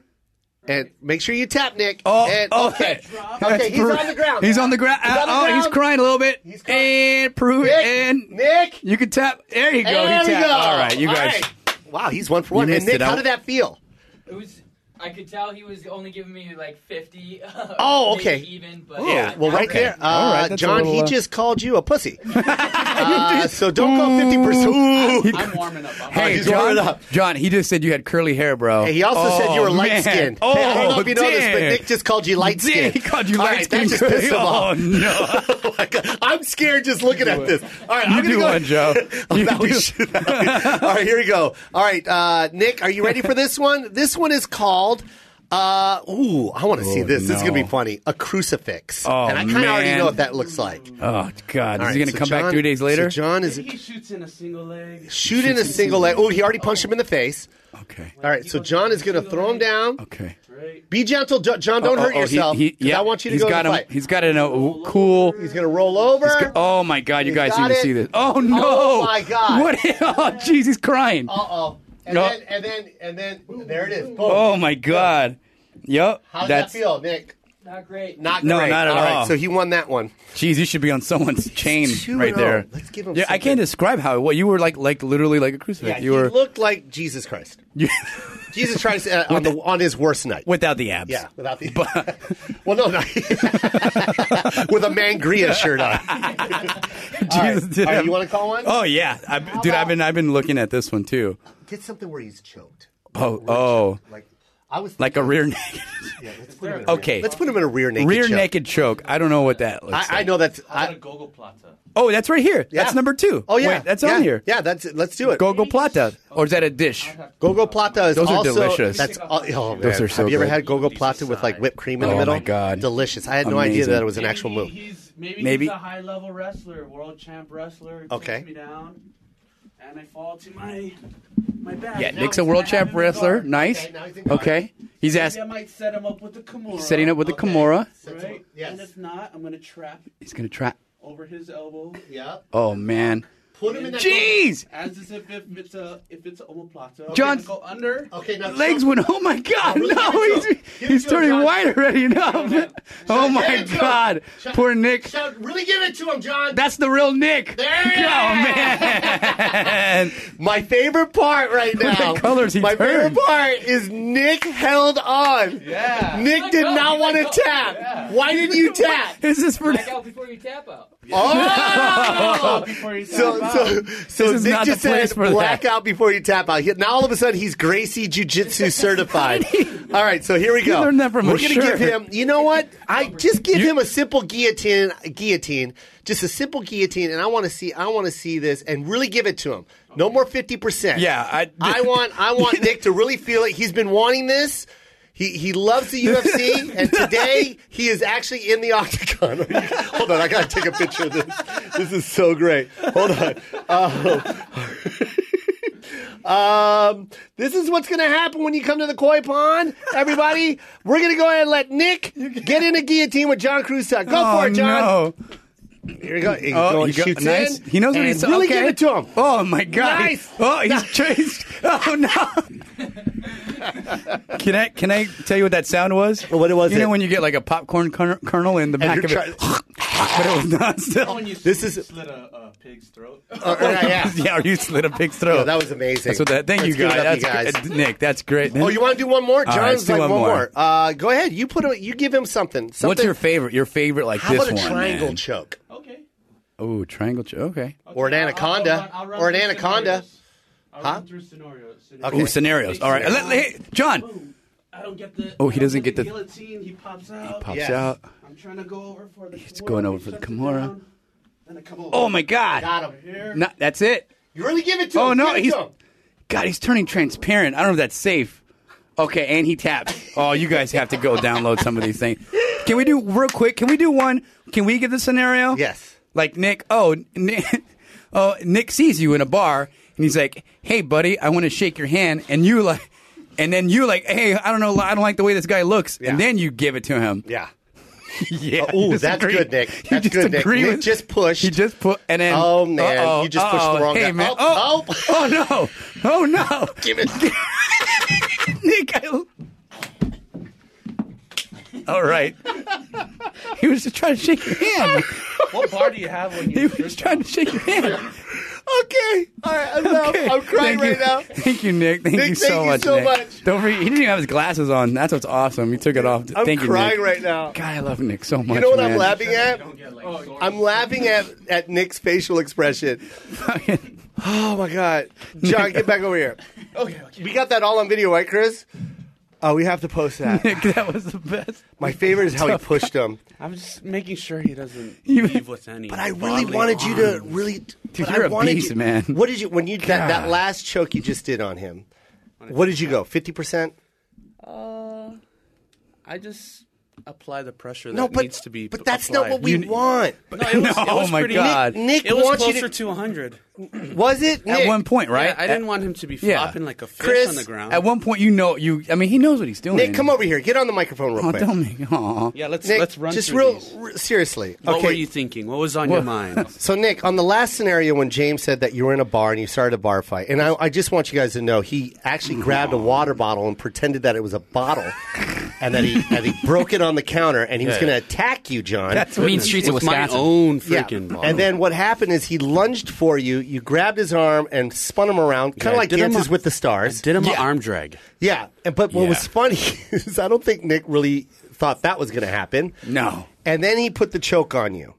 Speaker 2: and make sure you tap Nick.
Speaker 5: Oh,
Speaker 2: and,
Speaker 5: oh,
Speaker 2: okay,
Speaker 5: that's
Speaker 2: okay, he's
Speaker 5: Peru-
Speaker 2: on the ground.
Speaker 5: He's on the ground.
Speaker 2: He's on the
Speaker 5: oh, he's
Speaker 2: ground.
Speaker 5: crying a little bit. He's
Speaker 2: crying.
Speaker 5: And Peruvian.
Speaker 2: Nick,
Speaker 5: And
Speaker 2: Nick,
Speaker 5: you can tap. There you go.
Speaker 2: there
Speaker 5: he
Speaker 2: we
Speaker 5: tapped.
Speaker 2: go.
Speaker 5: All right, you
Speaker 2: All
Speaker 5: guys.
Speaker 2: right. Wow, he's one for one. And
Speaker 5: missed
Speaker 2: Nick,
Speaker 5: it.
Speaker 2: how
Speaker 5: I-
Speaker 2: did that feel?
Speaker 7: It was. I could tell he was only giving me like fifty.
Speaker 2: Oh,
Speaker 7: maybe
Speaker 2: okay.
Speaker 7: Even, but
Speaker 2: Yeah, well, right
Speaker 5: Okay.
Speaker 2: there, uh,
Speaker 5: All right, that's a
Speaker 2: John. he
Speaker 5: little, uh,
Speaker 2: just called you a pussy. Uh, so don't go fifty percent.
Speaker 7: I'm warming up. I'm
Speaker 5: Hey,
Speaker 2: he's warming
Speaker 5: John,
Speaker 2: up.
Speaker 5: John, he just said you had curly hair, bro.
Speaker 2: Hey, he also said you were
Speaker 5: Oh, man.
Speaker 2: light skinned.
Speaker 5: Oh,
Speaker 2: I don't know if you know this, but
Speaker 5: damn.
Speaker 2: Nick just called you light
Speaker 5: Damn,
Speaker 2: skinned.
Speaker 5: he called you
Speaker 2: All
Speaker 5: light
Speaker 2: right, that
Speaker 5: skinned.
Speaker 2: just pissed him
Speaker 5: Oh,
Speaker 2: off.
Speaker 5: no.
Speaker 2: Oh my God. I'm scared just looking at this. All right, I'm
Speaker 5: You
Speaker 2: gonna
Speaker 5: do
Speaker 2: go.
Speaker 5: one, Joe.
Speaker 2: Oh,
Speaker 5: You
Speaker 2: that
Speaker 5: do-
Speaker 2: was- All right, here we go. All right, uh, Nick, are you ready for this one? This one is called. Uh, ooh, I want to see
Speaker 5: Oh,
Speaker 2: this. This is gonna be
Speaker 5: no.
Speaker 2: funny. A crucifix,
Speaker 5: Oh,
Speaker 2: and I kind of already
Speaker 5: man.
Speaker 2: know what that looks like.
Speaker 5: Oh, God.
Speaker 2: All right,
Speaker 5: is he going to
Speaker 2: so
Speaker 5: come back
Speaker 2: John-
Speaker 5: three days later?
Speaker 2: So John is
Speaker 4: He shoots in a single leg.
Speaker 2: shooting a single leg. Oh, he already punched him in the face.
Speaker 5: okay.
Speaker 2: All right, so John is gonna throw him down.
Speaker 5: Okay.
Speaker 2: Be gentle, Jo- John. Don't
Speaker 5: Oh,
Speaker 2: hurt
Speaker 5: oh, he-
Speaker 2: yourself.
Speaker 5: he-
Speaker 2: 'cause I want you to
Speaker 5: he's
Speaker 2: go to
Speaker 5: got
Speaker 2: the
Speaker 5: him.
Speaker 2: fight.
Speaker 5: He's got in a w- cool.
Speaker 2: He's gonna roll over.
Speaker 5: He's got- oh my God! You
Speaker 2: He's
Speaker 5: guys
Speaker 2: got
Speaker 5: need to
Speaker 2: it.
Speaker 5: see this. Oh no!
Speaker 2: my God.
Speaker 5: What? Oh jeez, he's crying.
Speaker 2: Uh oh. And
Speaker 5: No.
Speaker 2: then and then and then there it is. Boom.
Speaker 5: Oh my God! Yep.
Speaker 2: How does
Speaker 5: that's
Speaker 2: that feel, Nick?
Speaker 7: not great.
Speaker 2: Not
Speaker 5: No,
Speaker 2: great.
Speaker 5: not at
Speaker 2: All right,
Speaker 5: all.
Speaker 2: so he won that one.
Speaker 5: Jeez, you should be on someone's chain
Speaker 2: Two
Speaker 5: right
Speaker 2: in a row.
Speaker 5: there.
Speaker 2: Let's give him
Speaker 5: Yeah, I
Speaker 2: something.
Speaker 5: can't describe how. Well, you were like, like literally like a
Speaker 2: Yeah,
Speaker 5: crucifix.
Speaker 2: he
Speaker 5: you were
Speaker 2: looked like Jesus Christ. Jesus Christ uh, on the on his worst night.
Speaker 5: without the abs.
Speaker 2: yeah, without the. well, no, not with a mangria shirt on. All right.
Speaker 5: Jesus did
Speaker 2: All right,
Speaker 5: have-
Speaker 2: you want to call one?
Speaker 5: Oh yeah, I, dude, I've been I've been looking at this one too.
Speaker 2: Get something where he's choked.
Speaker 5: Oh
Speaker 2: Rear
Speaker 5: oh,
Speaker 2: choked. like I was
Speaker 5: like a rear naked,
Speaker 2: Yeah, let's put him in a rear-
Speaker 5: okay,
Speaker 2: Let's put him in a rear naked.
Speaker 5: rear
Speaker 2: choke.
Speaker 5: naked choke. I don't know what that looks. like.
Speaker 2: I, I know that's.
Speaker 4: How about
Speaker 2: I,
Speaker 4: a gogo plata?
Speaker 5: Oh, that's right here.
Speaker 2: Yeah.
Speaker 5: That's number two.
Speaker 2: oh yeah,
Speaker 5: Wait, that's
Speaker 2: yeah,
Speaker 5: on here.
Speaker 2: Yeah, that's. it. Let's do it.
Speaker 5: Gogo plata, or is that a dish?
Speaker 2: Gogo plata is
Speaker 5: Those are
Speaker 2: also
Speaker 5: delicious.
Speaker 2: That's oh, oh, man.
Speaker 5: Those are so
Speaker 2: Have you ever
Speaker 5: good.
Speaker 2: had gogo plata with like whipped cream in the
Speaker 5: Oh,
Speaker 2: middle?
Speaker 5: my God.
Speaker 2: delicious! I had no
Speaker 5: Amazing.
Speaker 2: idea that it was an actual move.
Speaker 4: He's maybe,
Speaker 5: Maybe.
Speaker 4: he's a high level wrestler, world champ wrestler. Takes
Speaker 2: Okay.
Speaker 4: me down, and I fall to my my back.
Speaker 5: Yeah,
Speaker 4: Now
Speaker 5: Nick's
Speaker 4: he's
Speaker 5: a world
Speaker 4: gonna have
Speaker 5: champ
Speaker 4: him in
Speaker 5: wrestler.
Speaker 4: guard.
Speaker 5: Nice.
Speaker 2: Okay, now he's in guard.
Speaker 5: Okay, he's asked,
Speaker 4: Maybe I might set him up with the Kimura.
Speaker 5: setting up with the Kimura.
Speaker 4: Right?
Speaker 2: Yes.
Speaker 4: And if not, I'm gonna trap
Speaker 5: He's gonna try.
Speaker 4: over his elbow
Speaker 2: Yeah.
Speaker 5: Oh man,
Speaker 2: Put him in that.
Speaker 5: jeez,
Speaker 4: as is if, if it's a if it's a omoplata.
Speaker 5: John-
Speaker 4: I'm gonna go under.
Speaker 2: Okay, now
Speaker 5: legs went. Oh my god,
Speaker 2: really? Give it to him.
Speaker 5: no, he's
Speaker 2: Give it
Speaker 5: he's
Speaker 2: to him,
Speaker 5: turning
Speaker 2: John.
Speaker 5: white already now. Oh
Speaker 2: Give
Speaker 5: my
Speaker 2: it to him.
Speaker 5: god,
Speaker 2: Shut-
Speaker 5: poor Nick.
Speaker 2: Shout, really give it to him, John.
Speaker 5: That's the real Nick.
Speaker 2: There
Speaker 5: Oh
Speaker 2: he
Speaker 5: man.
Speaker 2: my favorite part right
Speaker 5: at
Speaker 2: now.
Speaker 5: the colors he
Speaker 2: my favorite
Speaker 5: turned.
Speaker 2: part is Nick held on.
Speaker 4: Yeah.
Speaker 2: Nick did not want to tap. Why did you tap?
Speaker 5: Is this for?
Speaker 7: Back out before you tap out.
Speaker 2: Oh!
Speaker 4: Before he
Speaker 2: So,
Speaker 4: tap out.
Speaker 2: so, so
Speaker 5: is
Speaker 2: Nick
Speaker 5: not
Speaker 2: just
Speaker 5: the place
Speaker 2: said
Speaker 5: for that.
Speaker 2: black out before you tap out. He- Now all of a sudden he's Gracie Jiu Jitsu certified. all right, so here we go.
Speaker 5: learned that from
Speaker 2: We're
Speaker 5: a
Speaker 2: gonna
Speaker 5: shirt.
Speaker 2: give him. You know what? I just give him a simple guillotine, guillotine, just a simple guillotine, and I want to see. I want to see this and really give it to him. No more fifty percent.
Speaker 5: Yeah, I-
Speaker 2: I want. I want Nick to really feel it. He's been wanting this. He, he loves the UFC, and today he is actually in the octagon. Hold on, I gotta take a picture of this. This is so great. Hold on. Um, this is what's going to happen when you come to the koi pond, everybody. We're going to go ahead and let Nick get in a guillotine with John Cruzak. Go
Speaker 5: Oh
Speaker 2: for it, John.
Speaker 5: no.
Speaker 2: Here we go. He
Speaker 5: Oh,
Speaker 2: go-
Speaker 5: you got-
Speaker 2: shoots
Speaker 5: nice.
Speaker 2: in.
Speaker 5: He knows what
Speaker 2: and
Speaker 5: he's
Speaker 2: really
Speaker 5: okay.
Speaker 2: give it to him.
Speaker 5: Oh my god!
Speaker 2: Nice.
Speaker 5: Oh, he's chased. Oh no! can I can I tell you what that sound was?
Speaker 2: What was
Speaker 5: You
Speaker 2: it?
Speaker 5: know when you get like a popcorn kern- kernel in the back
Speaker 2: you're
Speaker 5: of it. but it was not
Speaker 4: Oh,
Speaker 5: still.
Speaker 8: When you
Speaker 2: This is.
Speaker 8: slit a, a pig's throat.
Speaker 2: Oh, yeah, yeah.
Speaker 5: yeah, you slit a pig's throat.
Speaker 2: Yo, that was amazing.
Speaker 5: That's what that. Thank
Speaker 2: Let's
Speaker 5: you
Speaker 2: give it
Speaker 5: guys.
Speaker 2: up,
Speaker 5: That's
Speaker 2: you guys.
Speaker 5: great. Nick, that's great.
Speaker 2: Oh, you want to do one more?
Speaker 5: right,
Speaker 2: John's
Speaker 5: let's do
Speaker 2: like
Speaker 5: one
Speaker 2: one
Speaker 5: more.
Speaker 2: more. Uh, go ahead. You put a, you give him something. something.
Speaker 5: What's your favorite? Your favorite like
Speaker 2: How
Speaker 5: this
Speaker 2: about a
Speaker 5: one?
Speaker 2: triangle
Speaker 5: man?
Speaker 2: choke
Speaker 8: Okay.
Speaker 5: Oh, triangle. Ch- okay.
Speaker 2: or an
Speaker 8: I'll- I'll
Speaker 2: anaconda
Speaker 8: run- I'll run
Speaker 2: or an
Speaker 8: through
Speaker 2: anaconda?
Speaker 8: scenarios. I'll
Speaker 2: Huh?
Speaker 8: run through scenarios.
Speaker 2: Okay.
Speaker 5: Ooh, scenarios. All right. Let- let- hey, John
Speaker 8: Boom. Oh, I don't get the.
Speaker 5: Oh, he
Speaker 8: I don't
Speaker 5: doesn't get
Speaker 8: the
Speaker 5: the-
Speaker 8: guillotine. He pops out.
Speaker 5: pops
Speaker 2: Yes.
Speaker 5: out.
Speaker 8: I'm trying to go over for the.
Speaker 5: He's going over for the Kimura.
Speaker 8: Then I come over.
Speaker 5: Oh my God.
Speaker 2: Got him.
Speaker 8: Here.
Speaker 5: No, that's it.
Speaker 2: You really give it to
Speaker 5: Oh,
Speaker 2: him.
Speaker 5: no,
Speaker 2: Give it to
Speaker 5: he's-
Speaker 2: him.
Speaker 5: God, he's turning transparent. I don't know if that's safe. Okay, and he taps. Oh, you guys have to go download some of these things. Can we do real quick? Can we do one? Can we get the scenario?
Speaker 2: Yes.
Speaker 5: Like Nick. Oh, Nick, oh, Nick sees you in a bar, and he's like, "Hey, buddy, I want to shake your hand," and you like, and then you like, "Hey, I don't know, I don't like the way this guy looks,"
Speaker 2: Yeah.
Speaker 5: and then you give it to him.
Speaker 2: Yeah.
Speaker 5: Yeah.
Speaker 2: Oh, Ooh,
Speaker 5: you
Speaker 2: that's
Speaker 5: disagree.
Speaker 2: good, Nick.
Speaker 5: You
Speaker 2: That's good, Nick.
Speaker 5: disagree
Speaker 2: Nick
Speaker 5: with-
Speaker 2: just pushed.
Speaker 5: He just put, and then
Speaker 2: Oh, man,
Speaker 5: uh-oh,
Speaker 2: you just pushed the
Speaker 5: uh-oh.
Speaker 2: wrong
Speaker 5: hey,
Speaker 2: guy.
Speaker 5: Man.
Speaker 2: Oh,
Speaker 5: Oh,
Speaker 2: oh.
Speaker 5: oh, no! Oh no!
Speaker 2: Give it.
Speaker 5: Nick, I... all right. He was just trying to shake your hand.
Speaker 8: What bar do you have when
Speaker 5: He
Speaker 8: you?
Speaker 5: was just trying to shake your hand.
Speaker 2: okay. All right. I'm,
Speaker 5: Okay.
Speaker 2: I'm crying
Speaker 5: Thank
Speaker 2: right
Speaker 5: you.
Speaker 2: now.
Speaker 5: Thank you, Nick. Thank
Speaker 2: Nick,
Speaker 5: you so
Speaker 2: thank you
Speaker 5: much.
Speaker 2: so
Speaker 5: Nick.
Speaker 2: much.
Speaker 5: Don't forget, he didn't even have his glasses on. That's what's awesome. He took it off.
Speaker 2: I'm
Speaker 5: Um, thank
Speaker 2: crying
Speaker 5: you, Nick.
Speaker 2: right now.
Speaker 5: God, I love Nick so much.
Speaker 2: You know what I'm
Speaker 5: man.
Speaker 2: laughing at?
Speaker 7: Oh,
Speaker 2: I'm laughing at, at Nick's facial expression. Oh my God, John, get back over here.
Speaker 8: Okay. okay.
Speaker 2: We got that all on video, right, Chris? Oh, we have to post that.
Speaker 5: Nick, that was the best.
Speaker 2: My favorite is how he pushed him.
Speaker 4: I'm just making sure he doesn't
Speaker 5: You-
Speaker 4: leave with any.
Speaker 2: But I really wanted you to really. but I
Speaker 5: you're a
Speaker 2: wanted
Speaker 5: beast,
Speaker 2: you-
Speaker 5: man.
Speaker 2: What did you when you that, that
Speaker 5: God.
Speaker 2: last choke you just did on him? What did you go? Fifty percent?
Speaker 4: I just apply the pressure that
Speaker 2: No, but
Speaker 4: needs to be.
Speaker 2: but that's not what we
Speaker 5: You-
Speaker 2: want. Oh
Speaker 4: No, it was, it
Speaker 5: No,
Speaker 4: was
Speaker 5: my
Speaker 4: pretty-
Speaker 5: God.
Speaker 2: Nick
Speaker 4: It was
Speaker 2: wants you
Speaker 4: closer
Speaker 2: to,
Speaker 4: to 100.
Speaker 2: Was it
Speaker 5: At
Speaker 2: Nick,
Speaker 5: one point, right?
Speaker 4: Yeah, I didn't want him to be
Speaker 5: Yeah.
Speaker 4: flopping like a fish
Speaker 2: Chris,
Speaker 4: on the ground.
Speaker 5: At one point, you know, you. I mean, he knows what he's doing.
Speaker 2: Nick, come over here. Get on the microphone real
Speaker 5: Oh,
Speaker 2: quick.
Speaker 5: don't make. Aw.
Speaker 4: yeah, let's
Speaker 2: Nick,
Speaker 4: let's run
Speaker 2: just
Speaker 4: through
Speaker 2: real
Speaker 4: these.
Speaker 2: r- seriously.
Speaker 4: What
Speaker 2: okay.
Speaker 4: were you thinking? What was on your mind?
Speaker 2: So, Nick, on the last scenario when James said that you were in a bar and you started a bar fight, and I, I just want you guys to know he actually grabbed a water bottle and pretended that it was a bottle, and that he and he broke it on the counter and he was going to attack you, John.
Speaker 5: That's
Speaker 6: Mean Streets of
Speaker 4: With my
Speaker 6: Wisconsin.
Speaker 4: own
Speaker 2: Yeah.
Speaker 4: freaking ball.
Speaker 2: And then what happened is he lunged for you. You grabbed his arm and spun him around, kind of
Speaker 4: I
Speaker 2: like
Speaker 4: did him
Speaker 2: Dances
Speaker 4: a-
Speaker 2: with the
Speaker 4: I
Speaker 2: Stars.
Speaker 4: did him an
Speaker 2: yeah.
Speaker 4: arm drag.
Speaker 2: Yeah, and, but what
Speaker 4: Yeah.
Speaker 2: was funny is I don't think Nick really thought that was going to happen.
Speaker 5: No.
Speaker 2: And then he put the choke on you.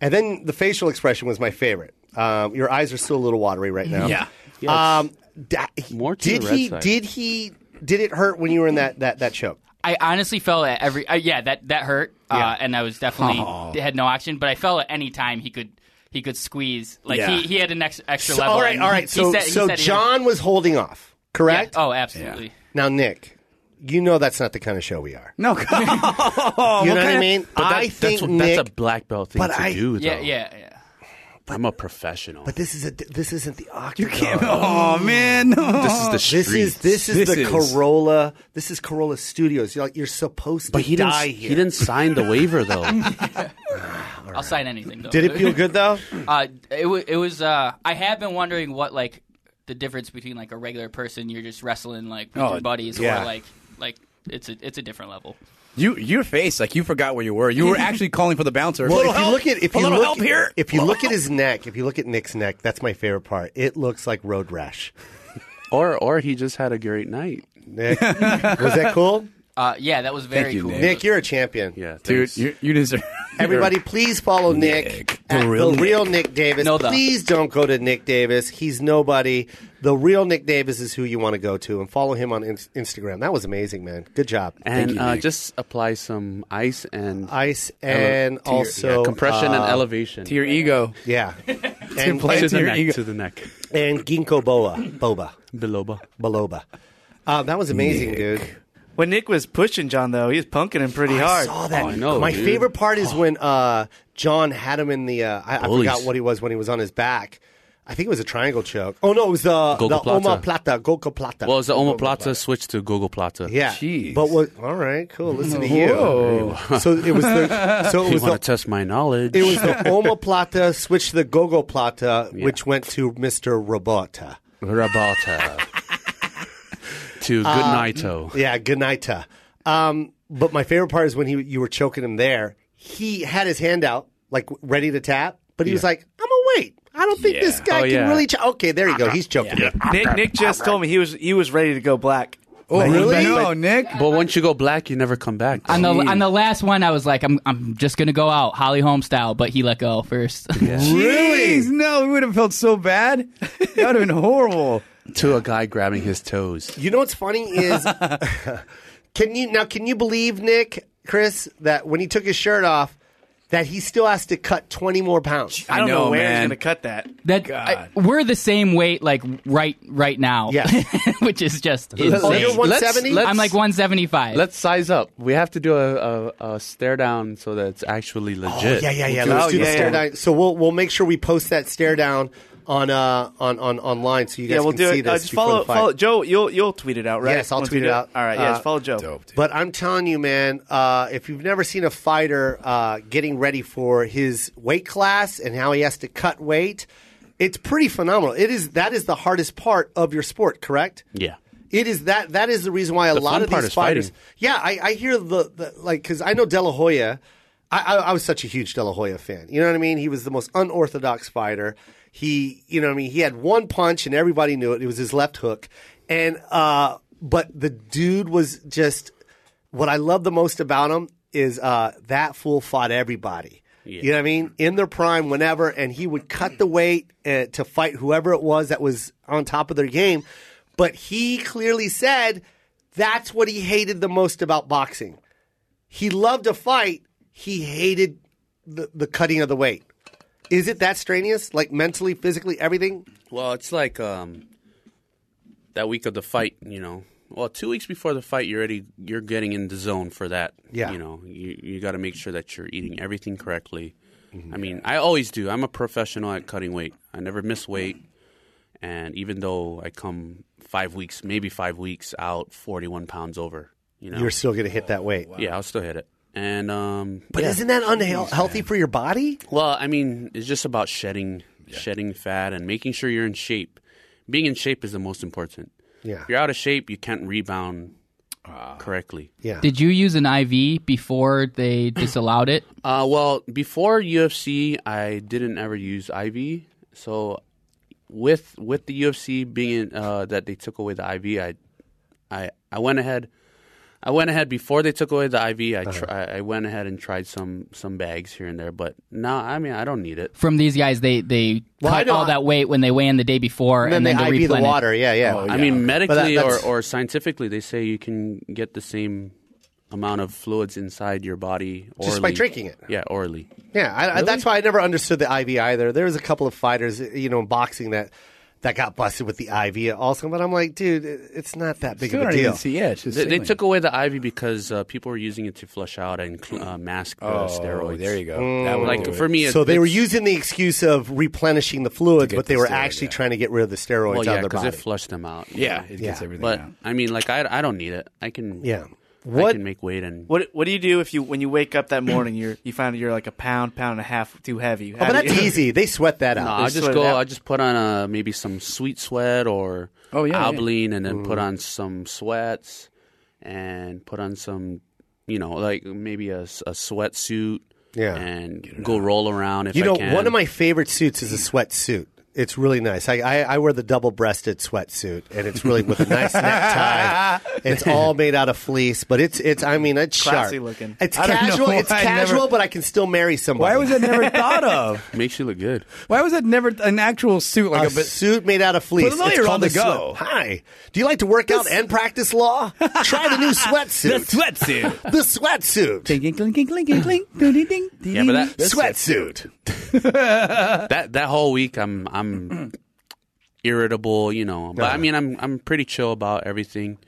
Speaker 2: And then the facial expression was my favorite. Um, your eyes are still a little watery right now.
Speaker 5: Yeah.
Speaker 4: Yes.
Speaker 2: Um, da-
Speaker 4: More to
Speaker 2: did
Speaker 4: the red
Speaker 2: he?
Speaker 4: side.
Speaker 2: Did he? Did it hurt when you were in that that that choke?
Speaker 6: I honestly felt at every. Uh, yeah, that that hurt,
Speaker 2: Yeah. Oh.
Speaker 6: uh, and I was definitely had no action. But I felt at any time he could he could squeeze. Like
Speaker 5: Yeah.
Speaker 6: he, he had an ex- extra
Speaker 2: So-
Speaker 6: level.
Speaker 2: all right,
Speaker 6: and
Speaker 2: all
Speaker 6: he-
Speaker 2: right.
Speaker 6: he
Speaker 2: So
Speaker 6: said- he
Speaker 2: so
Speaker 6: said he-
Speaker 2: John was holding off,
Speaker 6: yeah,
Speaker 2: correct?
Speaker 6: Oh, absolutely.
Speaker 2: Now Nick, you know that's not the kind of show we are.
Speaker 5: No. Come
Speaker 4: Oh,
Speaker 2: you know what I mean?
Speaker 4: But that-
Speaker 2: I
Speaker 4: that's,
Speaker 2: think
Speaker 4: what,
Speaker 2: Nick.
Speaker 4: that's a black belt thing
Speaker 2: But
Speaker 4: to
Speaker 2: I-
Speaker 4: do, though.
Speaker 6: Yeah, yeah, yeah.
Speaker 4: I'm a professional.
Speaker 2: but this is a this isn't the octagon.
Speaker 5: oh man. No.
Speaker 4: this is the street.
Speaker 2: This is this is
Speaker 5: This
Speaker 2: the
Speaker 5: is-
Speaker 2: Corolla. This is Corolla Studios. You're like you're supposed
Speaker 4: But
Speaker 2: to
Speaker 4: he didn't.
Speaker 2: die here.
Speaker 4: He didn't sign the waiver though.
Speaker 6: I'll sign anything though.
Speaker 2: Did it feel good though?
Speaker 6: Uh, it, w- it was. Uh, I have been wondering what like the difference between like a regular person you're just wrestling like with
Speaker 5: Oh,
Speaker 6: your buddies
Speaker 2: yeah.
Speaker 6: or like like it's a it's a different level.
Speaker 5: You your face like you forgot where you were. You were actually calling for the bouncer.
Speaker 2: Well,
Speaker 5: Little
Speaker 2: if you
Speaker 5: help?
Speaker 2: look at if
Speaker 5: a
Speaker 2: you
Speaker 5: little
Speaker 2: look,
Speaker 5: help here.
Speaker 2: if you look at his neck, if you look at Nick's neck, that's my favorite part. It looks like road rash.
Speaker 4: or or he just had a great night.
Speaker 2: Nick, was that cool?
Speaker 6: Uh, yeah, that was very
Speaker 5: you,
Speaker 6: cool.
Speaker 5: Nick.
Speaker 2: Nick, you're a champion.
Speaker 4: Yeah,
Speaker 5: dude,
Speaker 4: thanks.
Speaker 5: you, you deserve.
Speaker 2: Everybody, please follow Nick,
Speaker 5: Nick.
Speaker 2: at
Speaker 5: The real
Speaker 2: the real Nick Davis.
Speaker 6: No, the-
Speaker 2: please don't go to Nick Davis. He's nobody. The real Nick Davis is who you want to go to, and follow him on in- Instagram. That was amazing, man. Good job.
Speaker 4: and
Speaker 5: you,
Speaker 4: uh,
Speaker 5: Nick.
Speaker 4: just apply some ice and
Speaker 2: Ice
Speaker 4: ele-
Speaker 2: and
Speaker 4: to your-
Speaker 2: also
Speaker 4: yeah, compression and
Speaker 2: uh,
Speaker 4: elevation
Speaker 5: to your ego.
Speaker 2: Yeah, and,
Speaker 5: play-
Speaker 4: to
Speaker 2: and,
Speaker 4: the
Speaker 5: your
Speaker 4: neck,
Speaker 5: ego.
Speaker 4: to the neck,
Speaker 2: and ginkgo boa, boba,
Speaker 4: biloba.
Speaker 2: baloba. Uh, that was amazing, dude.
Speaker 3: When Nick was pushing John, though, he was punking him pretty
Speaker 2: I
Speaker 3: hard.
Speaker 2: saw that.
Speaker 4: Oh, I know,
Speaker 2: My
Speaker 4: dude. Oh.
Speaker 2: favorite part is when uh, John had him in the. Uh, I, I
Speaker 4: Bullies.
Speaker 2: forgot what he was when he was on his back. I think it was a triangle choke. Oh no, it was the the
Speaker 4: Golgoplata.
Speaker 2: Oma Plata. Goka Plata.
Speaker 4: Well, it's the omoplata switch to gogo plata.
Speaker 2: Yeah.
Speaker 5: Jeez.
Speaker 2: But what? All right, cool. Listen to you.
Speaker 5: Whoa.
Speaker 2: So it was the. So it
Speaker 4: You
Speaker 2: was
Speaker 4: want to
Speaker 2: the.
Speaker 4: test my knowledge?
Speaker 2: It was the Oma Plata switched to the Gogo Plata, which went to Mister Robota.
Speaker 4: Rabata to good nighto.
Speaker 2: Yeah, uh. Um, Ganita. Um, but my favorite part is when he you were choking him there. He had his hand out. like ready to tap, but he was
Speaker 4: Yeah.
Speaker 2: like, "I'm gonna wait. I don't think this
Speaker 4: Yeah.
Speaker 2: guy
Speaker 4: Oh,
Speaker 2: can
Speaker 4: yeah. Uh-huh.
Speaker 2: really." Ch- okay, there you go. He's choking. it.
Speaker 3: Nick, Nick just told me he was he was ready to go black.
Speaker 5: Oh,
Speaker 2: really?
Speaker 5: No, Nick.
Speaker 4: But once you go black, you never come back.
Speaker 6: On the,
Speaker 4: though.
Speaker 6: on the last one, I was like, I'm I'm just gonna go out Holly Holm style, but he let go first.
Speaker 5: Really? no, we would have felt so bad. That would have been horrible.
Speaker 4: to a guy grabbing his toes.
Speaker 2: You know what's funny is, can you now? Can you believe Nick, Chris, that when he took his shirt off, that he still has to cut 20 more pounds?
Speaker 3: I don't
Speaker 5: I
Speaker 3: know,
Speaker 5: know,
Speaker 3: where he's
Speaker 5: man.
Speaker 3: gonna cut that.
Speaker 6: that I- we're the same weight like right right now,
Speaker 2: Yeah.
Speaker 6: which is just
Speaker 2: Oh,
Speaker 6: insane.
Speaker 2: you're
Speaker 4: Let's-
Speaker 2: 170?
Speaker 4: let's-
Speaker 6: I'm like 175.
Speaker 4: Let's size up. We have to do a, a, a stare down so that it's actually legit.
Speaker 2: Oh, Yeah, yeah, yeah.
Speaker 3: do-
Speaker 2: Let's
Speaker 3: oh,
Speaker 2: do the
Speaker 3: yeah,
Speaker 2: stare
Speaker 3: yeah.
Speaker 2: down. So we'll we'll make sure we post that stare down on uh on on online so you guys
Speaker 3: yeah, we'll
Speaker 2: can
Speaker 3: do
Speaker 2: see
Speaker 3: it.
Speaker 2: this.
Speaker 3: Uh, just
Speaker 2: before
Speaker 3: follow
Speaker 2: the fight.
Speaker 3: follow Joe. You'll you'll tweet it out, right?
Speaker 2: Yes, I'll
Speaker 3: Once we
Speaker 2: tweet
Speaker 3: do
Speaker 2: it out.
Speaker 3: All right. Yeah,
Speaker 2: Uh,
Speaker 3: just follow Joe.
Speaker 2: But I'm telling you, man, uh, if you've never seen a fighter uh, getting ready for his weight class and how he has to cut weight, it's pretty phenomenal. It is that is the hardest part of your sport, correct?
Speaker 4: Yeah.
Speaker 2: It is that that is the reason why a
Speaker 4: The
Speaker 2: lot
Speaker 4: fun
Speaker 2: of
Speaker 4: part
Speaker 2: these
Speaker 4: is
Speaker 2: fighters.
Speaker 4: fighting.
Speaker 2: Yeah, I, I hear the, the like because I know De La Hoya. I, I, I was such a huge De La Hoya fan. You know what I mean? He was the most unorthodox fighter. He, you know what I mean? He had one punch and everybody knew it. It was his left hook, and uh, but the dude was just what I love the most about him is uh, that fool fought everybody. You know what I mean? In their prime, whenever, and he would cut the weight uh, to fight whoever it was that was on top of their game. But he clearly said that's what he hated the most about boxing. He loved to fight. He hated the, the cutting of the weight. Is it that strenuous? Like mentally, physically, everything?
Speaker 4: Well, it's like um, that week of the fight, you know. Well, two weeks before the fight, you're already you're getting in the zone for that.
Speaker 2: Yeah.
Speaker 4: you know, you you got to make sure that you're eating everything correctly.
Speaker 2: Mm-hmm.
Speaker 4: I mean, I always do. I'm a professional at cutting weight. I never miss weight, and even though I come five weeks, maybe five weeks out, 41 pounds over, you know,
Speaker 2: You're still going to hit that weight.
Speaker 4: yeah, I'll still hit it. And um,
Speaker 2: But isn't that unhealthy for your body?
Speaker 4: well, I mean, it's just about shedding shedding fat and making sure you're in shape. Being in shape is the most important.
Speaker 2: Yeah.
Speaker 4: If you're out of shape, you can't rebound correctly.
Speaker 2: Yeah.
Speaker 6: Did you use an IV before they disallowed it?
Speaker 4: Uh, well, before UFC, I didn't ever use IV. So with with the UFC being uh, that they took away the IV, I I I went ahead. I went ahead before they took away the IV. I tr- I I went ahead and tried some some bags here and there, but now I mean I don't need it.
Speaker 6: From these guys, they they
Speaker 2: Well, I
Speaker 6: cut
Speaker 2: know
Speaker 6: all
Speaker 2: I-
Speaker 6: that weight when they weigh in the day before,
Speaker 2: And then,
Speaker 6: then
Speaker 2: they IV the
Speaker 6: replenish.
Speaker 2: water. Yeah, yeah.
Speaker 4: I mean, medically or,
Speaker 2: that's-
Speaker 4: or scientifically, they say you can get the same amount of fluids inside your body orally.
Speaker 2: Just by drinking it.
Speaker 4: Yeah, orally.
Speaker 2: Yeah, I, I, that's why I never understood the IV either. There was a couple of fighters, you know, in boxing that that got busted with the IV also, but I'm like, dude, it- it's not that big
Speaker 5: Still
Speaker 2: of a
Speaker 5: don't even
Speaker 2: deal.
Speaker 5: see- yeah, it's just
Speaker 4: They, they
Speaker 5: saline.
Speaker 4: took away the IV because uh, people were using it to flush out and cl- uh, mask the
Speaker 5: Oh,
Speaker 4: steroids.
Speaker 5: There you go. That would do
Speaker 4: Like
Speaker 5: it.
Speaker 4: for me, it,
Speaker 2: So they were
Speaker 4: it's-
Speaker 2: using the excuse of replenishing the fluids,
Speaker 5: get
Speaker 2: but they
Speaker 5: the
Speaker 2: were
Speaker 5: steroid,
Speaker 2: actually
Speaker 5: yeah.
Speaker 2: trying to get rid of the steroids
Speaker 4: well,
Speaker 2: out
Speaker 4: yeah,
Speaker 2: of their
Speaker 4: because
Speaker 2: body.
Speaker 4: it flushed them out.
Speaker 5: yeah, it gets everything
Speaker 4: but
Speaker 5: out.
Speaker 4: I mean, like I, I don't need it. I can
Speaker 2: Yeah.
Speaker 4: I
Speaker 2: What-
Speaker 4: can make weight and
Speaker 3: What what do you do if you when you wake up that morning you you find you're like a pound pound and a half too heavy?
Speaker 2: oh, but that's easy. They sweat that
Speaker 4: No,
Speaker 2: out.
Speaker 4: I'll
Speaker 3: Just
Speaker 4: just
Speaker 3: sweat it
Speaker 4: go.
Speaker 3: out.
Speaker 4: I'll just put on uh maybe some sweet sweat or
Speaker 5: Oh, yeah, yeah.
Speaker 4: Albaline, and
Speaker 2: Mm.
Speaker 4: then put on some sweats and put on some, you know, like maybe a, s- a sweatsuit.
Speaker 2: Yeah.
Speaker 4: and go roll around if
Speaker 2: you
Speaker 4: I
Speaker 2: know,
Speaker 4: can.
Speaker 2: one of my favorite suits is a sweatsuit. It's really nice. I, I, I wear the double breasted sweatsuit, and it's really with a nice necktie. It's all made out of fleece, but it's it's. I mean, it's
Speaker 3: Classy
Speaker 2: sharp.
Speaker 3: looking.
Speaker 2: It's
Speaker 5: I don't know
Speaker 2: casual.
Speaker 5: why
Speaker 2: It's
Speaker 5: I never-
Speaker 2: casual, but I can still marry somebody.
Speaker 5: Why was that never thought of?
Speaker 4: makes you look good.
Speaker 5: Why was that never an actual suit
Speaker 2: a
Speaker 5: like a? But
Speaker 2: suit made out of fleece?
Speaker 5: Put a lawyer
Speaker 2: it's called
Speaker 5: on
Speaker 2: a
Speaker 5: the go.
Speaker 2: sweat- Hi. Do you like to work out and practice law? Try the new sweatsuit.
Speaker 5: sweatsuit.
Speaker 2: The sweatsuit.
Speaker 5: Clink, clink, clink, clink, clink, doo, dee, ding, dee,
Speaker 4: Yeah, but
Speaker 5: dee,
Speaker 4: that
Speaker 2: Sweatsuit.
Speaker 4: that that whole week I'm I'm irritable, you know. But I mean, I'm I'm pretty chill about everything.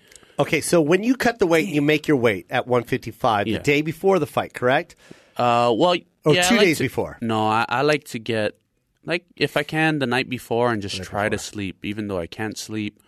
Speaker 2: Okay, so when you cut the weight, you make your weight at 155
Speaker 4: Yeah.
Speaker 2: the day before the fight, correct?
Speaker 4: Uh, well,
Speaker 2: Or
Speaker 4: yeah, I
Speaker 2: Oh, two
Speaker 4: like
Speaker 2: days
Speaker 4: to-
Speaker 2: before.
Speaker 4: No, I, I like to get like if I can the night before and just try to sleep, even though I can't sleep.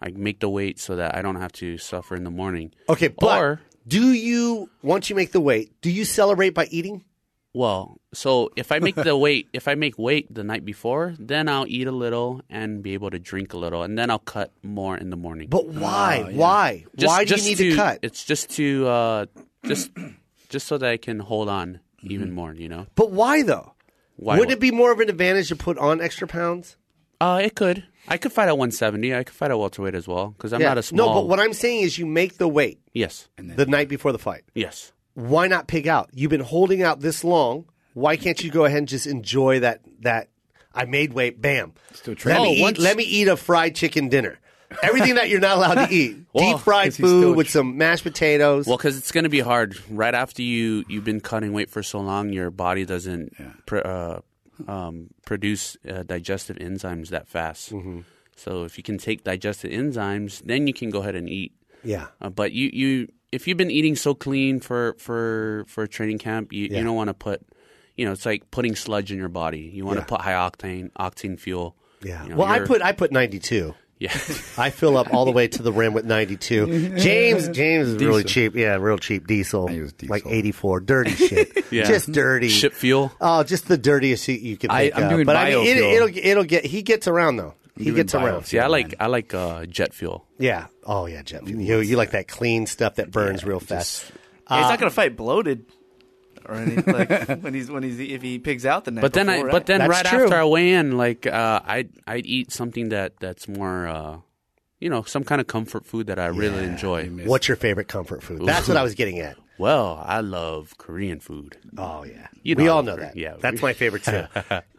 Speaker 4: I make the weight so that I don't have to suffer in the morning.
Speaker 2: Okay, but
Speaker 4: Or-
Speaker 2: do you once you make the weight, do you celebrate by eating?
Speaker 4: Well, so if I make the weight, if I make weight the night before, then I'll eat a little and be able to drink a little, and then I'll cut more in the morning.
Speaker 2: But why? Why?
Speaker 4: Ah, Just-
Speaker 2: why do you
Speaker 4: just
Speaker 2: need to, cut?
Speaker 4: It's just to uh, just just so that I can hold on. even
Speaker 2: Mm-hmm.
Speaker 4: more. You know,
Speaker 2: But why though?
Speaker 4: Why
Speaker 2: Wouldn't
Speaker 4: would-
Speaker 2: it be more of an advantage to put on extra pounds?
Speaker 4: uh, it could. I could fight at 170. I could fight at welterweight as well because I'm
Speaker 2: Yeah.
Speaker 4: not a small.
Speaker 2: No, but what I'm saying is you make the weight
Speaker 4: yes,
Speaker 2: the night before the fight.
Speaker 4: yes.
Speaker 2: Why not pig out? You've been holding out this long. Why can't you go ahead and just enjoy that that I made weight, bam. Let,
Speaker 4: Oh,
Speaker 2: me eat,
Speaker 4: once-
Speaker 2: let me eat a fried chicken dinner. Everything that you're not allowed to eat. Deep fried
Speaker 5: 'cause he's still a
Speaker 2: food with
Speaker 5: ch-
Speaker 2: some mashed potatoes.
Speaker 4: Well, because it's going to be hard right after you you've been cutting weight for so long, your body doesn't pr- uh, um, produce uh, digestive enzymes that fast.
Speaker 2: Mm-hmm.
Speaker 4: So if you can take digestive enzymes, then you can go ahead and eat.
Speaker 2: yeah.
Speaker 4: Uh, but you, you if you've been eating so clean for for for a training camp, you,
Speaker 2: Yeah.
Speaker 4: you don't want to put you know it's like putting sludge in your body. You want to
Speaker 2: Yeah.
Speaker 4: put high octane octane fuel.
Speaker 2: Yeah.
Speaker 4: You know,
Speaker 2: well, I
Speaker 4: you're-
Speaker 2: put I put 92.
Speaker 4: yeah.
Speaker 2: I fill up all the way to the rim with 92. James, James is really cheap. Yeah, real cheap diesel.
Speaker 5: use diesel.
Speaker 2: Like 84. Dirty shit.
Speaker 4: Yeah.
Speaker 2: Just dirty.
Speaker 4: Ship fuel.
Speaker 2: Oh, just the dirtiest you- you can
Speaker 5: I-
Speaker 2: think
Speaker 5: I'm
Speaker 2: of.
Speaker 5: doing
Speaker 2: but I mean, it,
Speaker 5: biofuel.
Speaker 2: it'll it'll get. He gets around though. He gets around.
Speaker 5: biofuel.
Speaker 4: See, I like I like uh, jet fuel.
Speaker 2: Yeah. Oh yeah, Jeff. You, you like that clean stuff that burns real fast.
Speaker 3: Yeah,
Speaker 2: Uh,
Speaker 3: he's not gonna fight bloated or anything. Like when he's when he's if he pigs out the night.
Speaker 4: But then I,
Speaker 3: before, right?
Speaker 4: but then
Speaker 2: That's
Speaker 4: right
Speaker 2: true.
Speaker 4: after I weigh in, like uh, I'd I'd eat something that that's more, uh, you know, some kind of comfort food that I really enjoy.
Speaker 2: What's your favorite comfort food? That's what I was getting at.
Speaker 4: Well, I love Korean food.
Speaker 2: Oh yeah.
Speaker 4: You
Speaker 2: we
Speaker 4: know,
Speaker 2: all know that.
Speaker 4: yeah.
Speaker 2: That's my favorite too.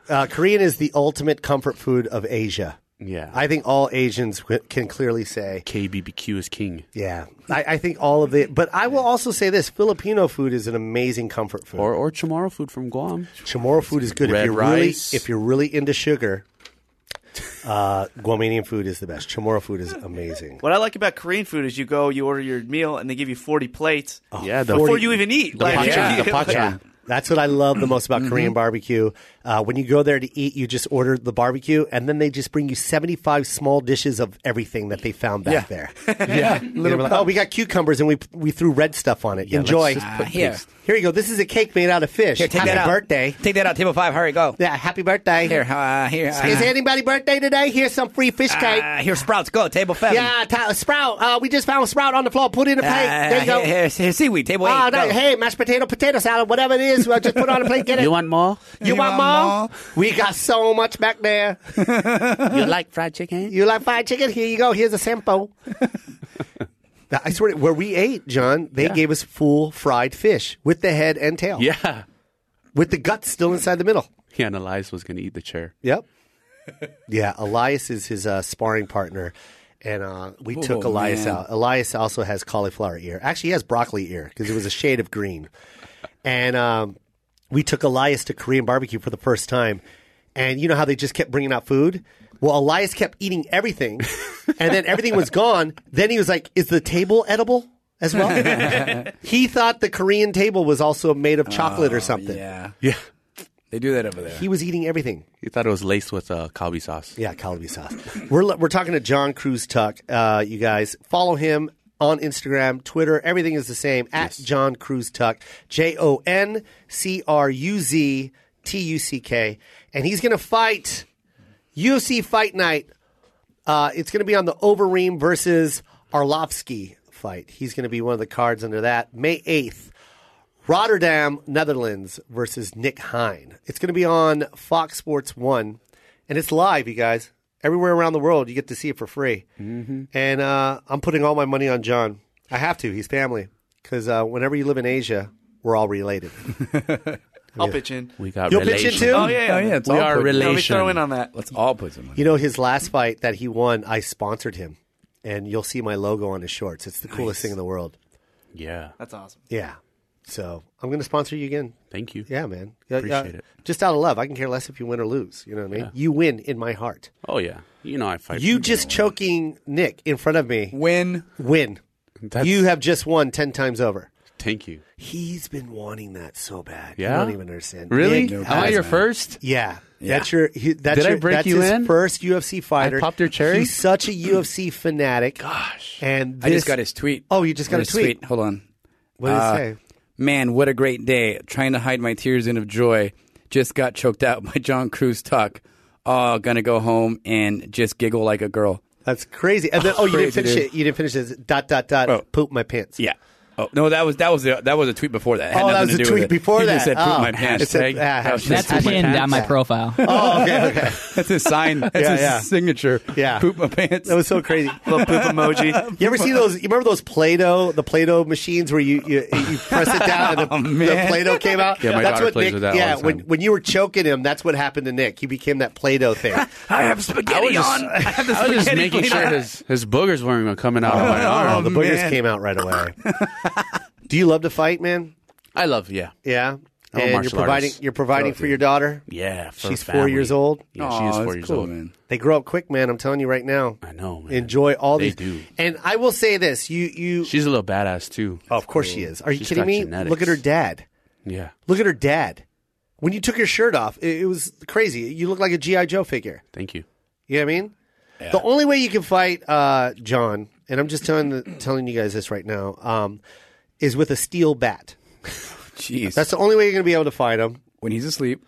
Speaker 2: uh, Korean is the ultimate comfort food of Asia.
Speaker 4: Yeah,
Speaker 2: I think all Asians w- can clearly say,
Speaker 4: KBBQ is king.
Speaker 2: yeah. I, I think all of the, but I will also say this: Filipino food is an amazing comfort food.
Speaker 4: Or or chamorro food from Guam.
Speaker 2: Chamorro food is good
Speaker 4: Red
Speaker 2: if you're
Speaker 4: rice.
Speaker 2: really if you're really into sugar. Uh, Guamanian food is the best. Chamorro food is amazing.
Speaker 3: what I like about Korean food is you go, you order your meal, and they give you forty plates
Speaker 4: yeah, the
Speaker 3: before you even eat.
Speaker 4: the
Speaker 3: Like,
Speaker 4: pacha,
Speaker 3: yeah.
Speaker 4: the pacha.
Speaker 2: Yeah. That's what I love the most about
Speaker 5: Mm-hmm.
Speaker 2: Korean barbecue. Uh, when you go there to eat, you just order the barbecue, and then they just bring you 75 small dishes of everything that they found back there.
Speaker 5: Yeah.
Speaker 2: They were like, oh, we got cucumbers, and we we threw red stuff on it. Enjoy.
Speaker 5: Ah, here. paste.
Speaker 2: Here you go. This is a cake made out of fish.
Speaker 5: Here, take
Speaker 2: happy
Speaker 5: that out.
Speaker 2: birthday.
Speaker 5: Take that out, table five. Hurry, go.
Speaker 2: Yeah, happy birthday.
Speaker 5: Here, uh, here. Uh,
Speaker 2: Is anybody birthday today? Here's some free fish cake.
Speaker 5: uh, here, sprouts. Go, table five.
Speaker 2: yeah, t- sprout. Uh, we just found sprout on the floor. Put it in a
Speaker 5: Uh,
Speaker 2: plate. there you go.
Speaker 5: here, here, here, seaweed. Table eight.
Speaker 2: Oh, no,
Speaker 5: go.
Speaker 2: hey, mashed potato, potato salad, whatever it is, well, just put it on a plate, get it.
Speaker 4: You want more?
Speaker 2: You want more?
Speaker 5: want
Speaker 2: We got so much back there.
Speaker 4: you like fried chicken?
Speaker 2: You like fried chicken? Here you go. Here's a sample. I swear, to- where we ate, John, they gave us full fried fish with the head and tail,
Speaker 4: yeah.
Speaker 2: with the guts still inside the middle.
Speaker 4: Yeah, and Elias was gonna eat the chair.
Speaker 2: Yep. yeah, Elias is his uh, sparring partner, and uh, we took
Speaker 5: Oh,
Speaker 2: Elias
Speaker 5: man.
Speaker 2: out. Elias also has cauliflower ear. Actually, he has broccoli ear because it was a shade of green. And um, we took Elias to Korean barbecue for the first time. And you know how they just kept bringing out food? Well, Elias kept eating everything, and then everything was gone. Then he was like, "Is the table edible?" As well, he thought the Korean table was also made of chocolate or something.
Speaker 5: Oh, Yeah.
Speaker 4: Yeah.
Speaker 5: They do that over there.
Speaker 2: He was eating everything.
Speaker 4: He thought it was laced with uh, kawi sauce.
Speaker 2: Yeah, Calabi sauce. we're we're talking to John Cruz Tuck. Uh, you guys follow him on Instagram, Twitter. Everything is the same at John Cruz Tuck. J O N C R U Z T U C K, and he's going to fight UFC Fight Night. Uh, it's going to be on the Overeem versus Arlovsky fight. He's going to be one of the cards under that. May eighth. Rotterdam, Netherlands versus Nick Hine. It's going to be on Fox Sports 1, and it's live, you guys. Everywhere around the world, you get to see it for free. Mm-hmm. And uh, I'm putting all my money on John. I have to. He's family. Because uh, whenever you live in Asia, we're all related.
Speaker 3: I'll pitch in.
Speaker 4: We got
Speaker 2: You'll pitch
Speaker 4: relation.
Speaker 2: in too?
Speaker 3: Oh yeah,
Speaker 5: Oh, yeah, it's
Speaker 4: We
Speaker 5: all
Speaker 4: are
Speaker 5: put-
Speaker 3: No, we
Speaker 4: relation.
Speaker 3: throw in on that.
Speaker 5: Let's all put some money.
Speaker 2: You know, his last fight that he won, I sponsored him. And you'll see my logo on his shorts. It's the coolest thing in the world.
Speaker 4: Yeah.
Speaker 3: That's awesome.
Speaker 2: Yeah. So I'm going to sponsor you again.
Speaker 4: Thank you.
Speaker 2: Yeah, man. Yeah, yeah.
Speaker 4: Appreciate it.
Speaker 2: Just out of love. I can care less if you win or lose. You know what I mean? You win in my heart.
Speaker 4: Oh yeah. You know I fight.
Speaker 2: You just choking Nick in front of me.
Speaker 5: Win.
Speaker 2: Win.
Speaker 4: That's-
Speaker 2: You have just won 10 times over.
Speaker 4: Thank you.
Speaker 2: He's been wanting that so bad.
Speaker 4: Yeah?
Speaker 2: You don't even understand.
Speaker 4: Really?
Speaker 2: Nick
Speaker 5: No,
Speaker 4: Am I
Speaker 2: has-
Speaker 4: your first?
Speaker 2: yeah. That's your. He, that's
Speaker 4: Did I
Speaker 2: your,
Speaker 4: break
Speaker 2: that's
Speaker 4: you
Speaker 2: his
Speaker 4: in?
Speaker 2: first UFC fighter.
Speaker 4: popped your cherry?
Speaker 2: He's such a UFC fanatic. Gosh. And
Speaker 5: I
Speaker 2: this-
Speaker 5: just got his tweet.
Speaker 2: Oh, you just got
Speaker 5: Got
Speaker 2: a
Speaker 5: his
Speaker 2: tweet.
Speaker 5: Hold on.
Speaker 2: What did it
Speaker 5: Uh,
Speaker 2: say?
Speaker 5: Man, what a great day. Trying to hide my tears in of joy. Just got choked out by John Cruz Tuck. Oh, gonna go home and just giggle like a girl.
Speaker 2: That's crazy. And then, oh, you didn't
Speaker 5: Crazy,
Speaker 2: finish
Speaker 5: dude.
Speaker 4: Oh.
Speaker 2: it. You didn't finish this. Dot, dot, dot.
Speaker 5: Bro.
Speaker 2: Poop my pants.
Speaker 5: Yeah. Oh no, that was that was a, that was a tweet before that. It had
Speaker 2: Oh, that
Speaker 5: nothing
Speaker 2: was
Speaker 5: to
Speaker 2: a
Speaker 5: do with
Speaker 2: tweet
Speaker 5: it.
Speaker 2: before
Speaker 5: he
Speaker 2: that.
Speaker 5: Just said, poop
Speaker 2: Oh.
Speaker 5: my pants.
Speaker 2: It said-
Speaker 5: Hashtag.
Speaker 2: yeah,
Speaker 5: That was
Speaker 2: hashtag
Speaker 5: just
Speaker 6: That's
Speaker 5: poop my
Speaker 6: pinned
Speaker 5: pants.
Speaker 6: on my profile. Oh,
Speaker 2: Oh, okay, okay.
Speaker 5: That's his sign. That's
Speaker 2: Yeah,
Speaker 5: his
Speaker 2: yeah.
Speaker 5: signature.
Speaker 2: Yeah.
Speaker 5: poop my pants.
Speaker 2: That was so crazy.
Speaker 3: Little poop emoji.
Speaker 2: You ever see those? You remember those Play-Doh, the Play-Doh machines where you you, you press it down and the,
Speaker 5: Oh,
Speaker 2: the
Speaker 5: man.
Speaker 2: Play-Doh came out?
Speaker 4: Yeah, my
Speaker 2: that's
Speaker 4: daughter
Speaker 2: what
Speaker 4: plays
Speaker 2: Nick,
Speaker 4: with that all
Speaker 2: Yeah,
Speaker 4: the
Speaker 2: when
Speaker 4: time.
Speaker 2: when you were choking him, that's what happened to Nick. He became that Play-Doh thing. Uh,
Speaker 5: I have spaghetti
Speaker 4: I was just making sure his, his boogers weren't coming out of my
Speaker 2: Oh,
Speaker 4: arm.
Speaker 2: the boogers
Speaker 5: man.
Speaker 2: came out right away. Do you love to fight, man?
Speaker 4: I love, yeah.
Speaker 2: Yeah. and
Speaker 4: I'm a
Speaker 2: you're
Speaker 4: martial
Speaker 2: providing
Speaker 4: artist.
Speaker 2: you're providing for your daughter.
Speaker 4: Yeah. for
Speaker 2: She's four
Speaker 4: family.
Speaker 2: years old.
Speaker 4: Yeah, she is four years old.
Speaker 5: man.
Speaker 2: They grow up quick, man. I'm telling you right now.
Speaker 4: I know, man.
Speaker 2: Enjoy all
Speaker 4: They
Speaker 2: these.
Speaker 4: do.
Speaker 2: And I will say this: you you.
Speaker 4: She's a little badass, too.
Speaker 2: oh, of course she is. Are you
Speaker 4: She's
Speaker 2: kidding
Speaker 4: got
Speaker 2: me?
Speaker 4: genetics.
Speaker 2: Look at her dad.
Speaker 4: Yeah.
Speaker 2: Look at her dad. When you took your shirt off, it, it was crazy. You look like a GI Joe figure.
Speaker 4: Thank you.
Speaker 2: You know what I mean? The only way you can fight uh, John, and I'm just telling the, telling you guys this right now, um, is with a steel bat.
Speaker 5: Jeez.
Speaker 2: That's the only way you're going to be able to fight him.
Speaker 5: when he's asleep.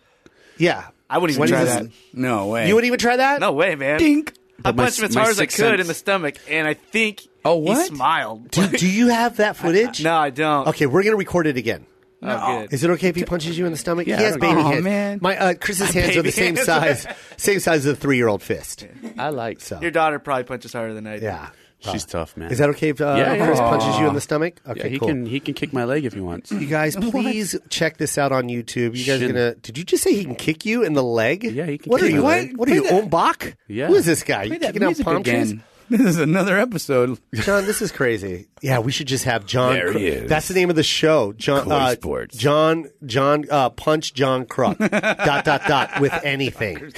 Speaker 2: Yeah.
Speaker 3: I wouldn't even
Speaker 2: When
Speaker 3: try
Speaker 2: is
Speaker 3: that.
Speaker 2: this-
Speaker 5: No way.
Speaker 2: You wouldn't even try that?
Speaker 3: No way, man.
Speaker 5: Dink.
Speaker 3: I
Speaker 4: But my-
Speaker 3: punched him as
Speaker 4: my
Speaker 3: hard as I could
Speaker 4: sixth
Speaker 3: in the
Speaker 4: sense-
Speaker 3: stomach, and I think
Speaker 5: Oh,
Speaker 3: he
Speaker 5: what?
Speaker 3: smiled.
Speaker 2: Do, do you have that footage?
Speaker 3: no, I don't.
Speaker 2: Okay, we're going to record it again.
Speaker 3: Oh, good.
Speaker 2: Is it okay if he punches you in the stomach? he has
Speaker 5: I don't
Speaker 2: baby
Speaker 5: care. Aw,
Speaker 2: hands.
Speaker 5: man.
Speaker 2: My uh, Chris's hands are the
Speaker 3: baby
Speaker 2: same
Speaker 3: hands.
Speaker 2: size, same size as a three-year-old fist.
Speaker 4: I like.
Speaker 2: So
Speaker 3: Your daughter probably punches harder than I do.
Speaker 2: yeah,
Speaker 4: She's tough, man.
Speaker 2: is that okay if uh,
Speaker 4: Yeah, yeah.
Speaker 2: Chris punches you in the stomach? Okay,
Speaker 4: Yeah, he
Speaker 2: cool.
Speaker 4: can he can kick my leg if he wants.
Speaker 2: You guys, please check this out on YouTube. You guys are
Speaker 4: Shin.
Speaker 2: gonna? Did you just say he can kick you in the leg?
Speaker 4: Yeah, he can
Speaker 2: What
Speaker 4: kick
Speaker 2: are you?
Speaker 4: my
Speaker 2: What,
Speaker 4: leg.
Speaker 2: what are you, Ombach?
Speaker 4: Yeah.
Speaker 2: Who is this guy? You
Speaker 5: Play that
Speaker 2: kicking out
Speaker 5: music
Speaker 2: palm trees?
Speaker 5: again. This is another episode.
Speaker 2: John, this is crazy. Yeah, we should just have John.
Speaker 5: There he is.
Speaker 2: That's the name of the show. John.
Speaker 5: Koi
Speaker 2: Uh,
Speaker 5: Sports.
Speaker 2: John. John. Uh, punch John Kruk. dot dot dot with anything.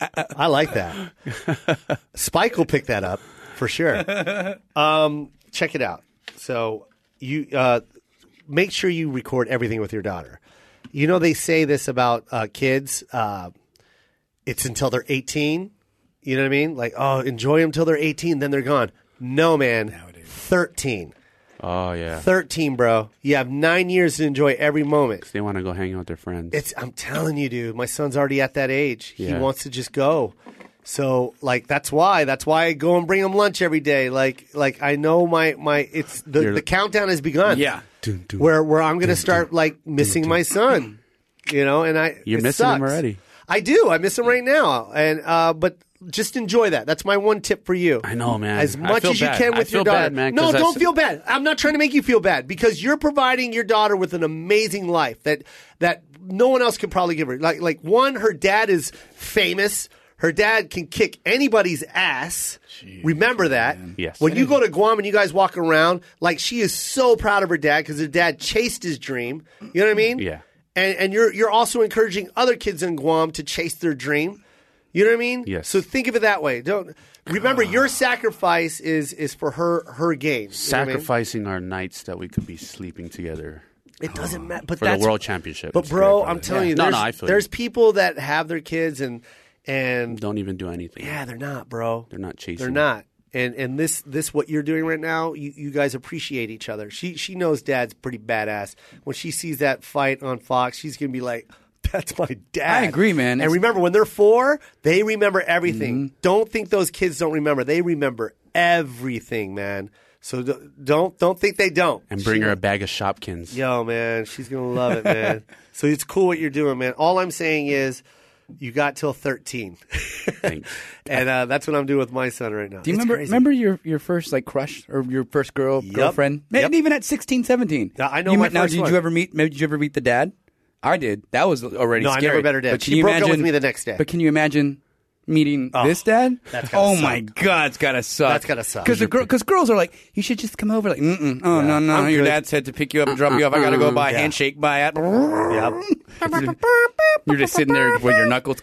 Speaker 2: I like that. Spike will pick that up for sure. Um, check it out. So you uh, make sure you record everything with your daughter. You know they say this about uh, kids. Uh, it's until they're eighteen. You know what I mean? Like, oh, enjoy them till they're 18, then they're gone. No, man. 13.
Speaker 4: Oh yeah,
Speaker 2: 13, bro. You have nine years to enjoy every moment.
Speaker 4: they want to go hang out with their friends.
Speaker 2: It's, I'm telling you, dude, my son's already at that age. He
Speaker 4: Yeah.
Speaker 2: wants to just go. So, like, that's why. That's why I go and bring him lunch every day. Like, like I know my, my, it's the,
Speaker 4: You're-
Speaker 2: the countdown has begun.
Speaker 5: Yeah.
Speaker 4: Dun, dun.
Speaker 2: Where, where I'm going to start, like, missing my son, you know, and I,
Speaker 4: You're
Speaker 2: it
Speaker 4: missing
Speaker 2: sucks.
Speaker 4: him already.
Speaker 2: I do. I miss him right now. And, uh, but, just enjoy that. That's my one tip for you.
Speaker 4: I know, man.
Speaker 2: As
Speaker 4: I
Speaker 2: much
Speaker 4: feel
Speaker 2: as you
Speaker 4: bad.
Speaker 2: can
Speaker 4: I
Speaker 2: with your
Speaker 4: feel
Speaker 2: daughter.
Speaker 4: bad, man,
Speaker 2: no,
Speaker 4: 'cause I
Speaker 2: don't
Speaker 4: s-
Speaker 2: feel bad. I'm not trying to make you feel bad because you're providing your daughter with an amazing life that that no one else can probably give her. Like like one, her dad is famous. Her dad can kick anybody's ass. Remember that.
Speaker 4: Yes.
Speaker 2: When you go to Guam and you guys walk around, like she is so proud of her dad because her dad chased his dream. You know what I mean?
Speaker 4: Yeah.
Speaker 2: And and you're you're also encouraging other kids in Guam to chase their dream. You know what I mean?
Speaker 4: Yes.
Speaker 2: So think of it that way. Don't remember your sacrifice is is for her her gain. You know what I mean?
Speaker 4: Sacrificing our nights that we could be sleeping together
Speaker 2: It doesn't matter. But
Speaker 4: Oh. for
Speaker 2: that's
Speaker 4: the world championship.
Speaker 2: But
Speaker 4: It's
Speaker 2: bro,
Speaker 4: great,
Speaker 2: I'm
Speaker 4: brother.
Speaker 2: telling you,
Speaker 4: no,
Speaker 2: there's,
Speaker 4: no, I feel
Speaker 2: there's
Speaker 4: you.
Speaker 2: people that have their kids and and
Speaker 4: don't even do anything.
Speaker 2: yeah, they're not, bro.
Speaker 4: They're not chasing.
Speaker 2: They're not. And and this this what you're doing right now, you, you guys appreciate each other. She she knows dad's pretty badass. When she sees that fight on Fox, she's gonna be like, That's my dad.
Speaker 5: I agree, man.
Speaker 2: And
Speaker 5: It's- Mm-hmm.
Speaker 2: remember when they're four, they remember everything. Don't think those kids don't remember. They remember everything, man. So d- don't don't think they don't.
Speaker 4: And bring her a bag of Shopkins.
Speaker 2: Yo, man, she's gonna love it, man. so it's cool what you're doing, man. All I'm saying is, you got till 13,
Speaker 4: Thanks.
Speaker 2: and uh, that's what I'm doing with my son right now.
Speaker 5: Do you
Speaker 2: It's
Speaker 5: remember
Speaker 2: crazy.
Speaker 5: remember your, your first like crush or your first girl girlfriend? Man,
Speaker 2: Yep.
Speaker 5: And even at 16, 17.
Speaker 2: Yeah, I know
Speaker 5: You
Speaker 2: my
Speaker 5: met- now,
Speaker 2: first
Speaker 5: did
Speaker 2: one.
Speaker 5: you ever meet? Maybe did you ever meet the dad? I did. That was already
Speaker 2: No, I
Speaker 5: scary.
Speaker 2: never met her dad.
Speaker 5: But
Speaker 2: She
Speaker 5: can you
Speaker 2: broke up with
Speaker 5: imagine,
Speaker 2: me the next day. Oh,
Speaker 5: But can you imagine meeting this dad?
Speaker 2: that's gotta
Speaker 5: oh
Speaker 2: suck.
Speaker 5: my god, it's gotta suck.
Speaker 2: That's gotta suck.
Speaker 5: Because girl, because girls are like, you should just come over. Like, mm-mm. oh no, no,
Speaker 2: I'm
Speaker 5: your
Speaker 2: good.
Speaker 5: dad said to pick you up and drop you off. I gotta go by
Speaker 2: Yeah.
Speaker 5: handshake. Bye. at-
Speaker 2: Yep.
Speaker 5: You're just sitting there with your knuckles.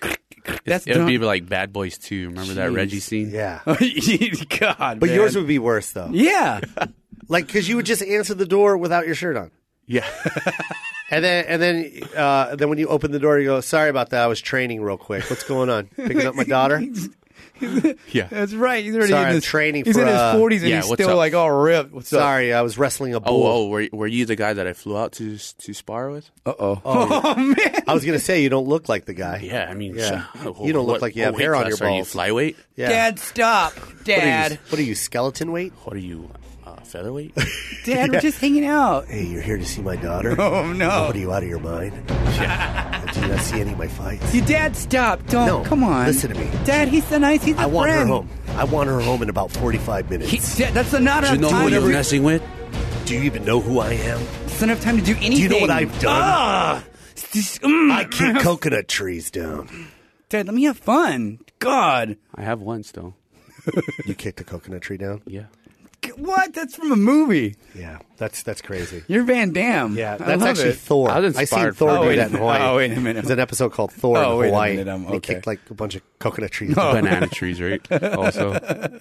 Speaker 5: That's
Speaker 4: It'll be
Speaker 5: dumb.
Speaker 4: like Bad Boys 2. Remember that
Speaker 5: Jeez.
Speaker 4: Reggie scene?
Speaker 2: Yeah.
Speaker 5: God,
Speaker 2: But
Speaker 5: man.
Speaker 2: yours would be worse though,
Speaker 5: yeah.
Speaker 2: like because you would just answer the door without your shirt on,
Speaker 4: Yeah.
Speaker 2: and then and then uh, then when you open the door, you go, "Sorry about that, I was training real quick. What's going on? Picking up my daughter."
Speaker 4: yeah.
Speaker 5: That's right. He's already
Speaker 2: Sorry,
Speaker 5: in
Speaker 2: I'm
Speaker 5: his
Speaker 2: training
Speaker 5: He's
Speaker 2: for,
Speaker 5: in his
Speaker 2: uh,
Speaker 5: forties and
Speaker 4: yeah,
Speaker 5: he's
Speaker 4: what's
Speaker 5: still
Speaker 4: up?
Speaker 5: like "Oh, all ripped. What's
Speaker 2: Sorry, I was wrestling a
Speaker 4: Oh,
Speaker 2: bull.
Speaker 4: oh, were, were you the guy that I flew out to to spar with?
Speaker 5: up? Uh oh. Oh man.
Speaker 2: I was gonna say you don't look like the guy.
Speaker 4: Yeah, I mean,
Speaker 2: Yeah.
Speaker 4: sh-
Speaker 2: You don't look like you have
Speaker 4: weight
Speaker 2: hair on
Speaker 4: class
Speaker 2: your
Speaker 4: Are you
Speaker 2: balls.
Speaker 4: flyweight?
Speaker 2: yeah.
Speaker 5: Dad, stop.
Speaker 2: What are you-
Speaker 5: Dad.
Speaker 2: what are you skeleton weight?
Speaker 4: What are you? Uh, uh, featherweight.
Speaker 5: Dad, we're just hanging out.
Speaker 2: Hey, you're here to see my daughter?
Speaker 5: Oh
Speaker 2: What
Speaker 5: no.
Speaker 2: are you out of your mind? Do you not see any of my fights?
Speaker 5: Your dad, stop! Don't.
Speaker 2: No,
Speaker 5: come on.
Speaker 2: listen to me.
Speaker 5: Dad. He's so nice. He's a
Speaker 2: I want
Speaker 5: friend.
Speaker 2: her home. I want her home in about 45 minutes.
Speaker 5: He, Dad, that's not enough
Speaker 4: you know
Speaker 5: time.
Speaker 4: who
Speaker 5: to
Speaker 4: you're
Speaker 5: re-
Speaker 4: messing with?
Speaker 2: Do you even know who I am?
Speaker 5: that's not enough time to do anything.
Speaker 2: Do you know what I've done?
Speaker 5: Ah, It's just- mm.
Speaker 2: I kick coconut trees down.
Speaker 5: Dad, let me have fun. God,
Speaker 4: I have one still.
Speaker 2: You kicked a coconut tree down?
Speaker 4: Yeah.
Speaker 5: G- what? That's from a movie.
Speaker 2: Yeah, that's that's crazy.
Speaker 5: You're Van Damme.
Speaker 2: Yeah,
Speaker 5: I
Speaker 2: that's
Speaker 5: love
Speaker 2: actually
Speaker 5: it.
Speaker 2: Thor.
Speaker 4: I was
Speaker 2: seen
Speaker 4: inspired
Speaker 2: Thor
Speaker 4: for it.
Speaker 2: do that
Speaker 4: Oh,
Speaker 5: wait a
Speaker 2: in Hawaii.
Speaker 5: minute. Oh, wait a minute.
Speaker 2: There's an episode called Thor
Speaker 5: Oh, wait
Speaker 2: in
Speaker 5: a
Speaker 2: Hawaii.
Speaker 5: minute. I'm-
Speaker 2: and He
Speaker 5: okay.
Speaker 2: kicked like a bunch of coconut trees.
Speaker 5: Oh.
Speaker 4: Banana trees, right? Also,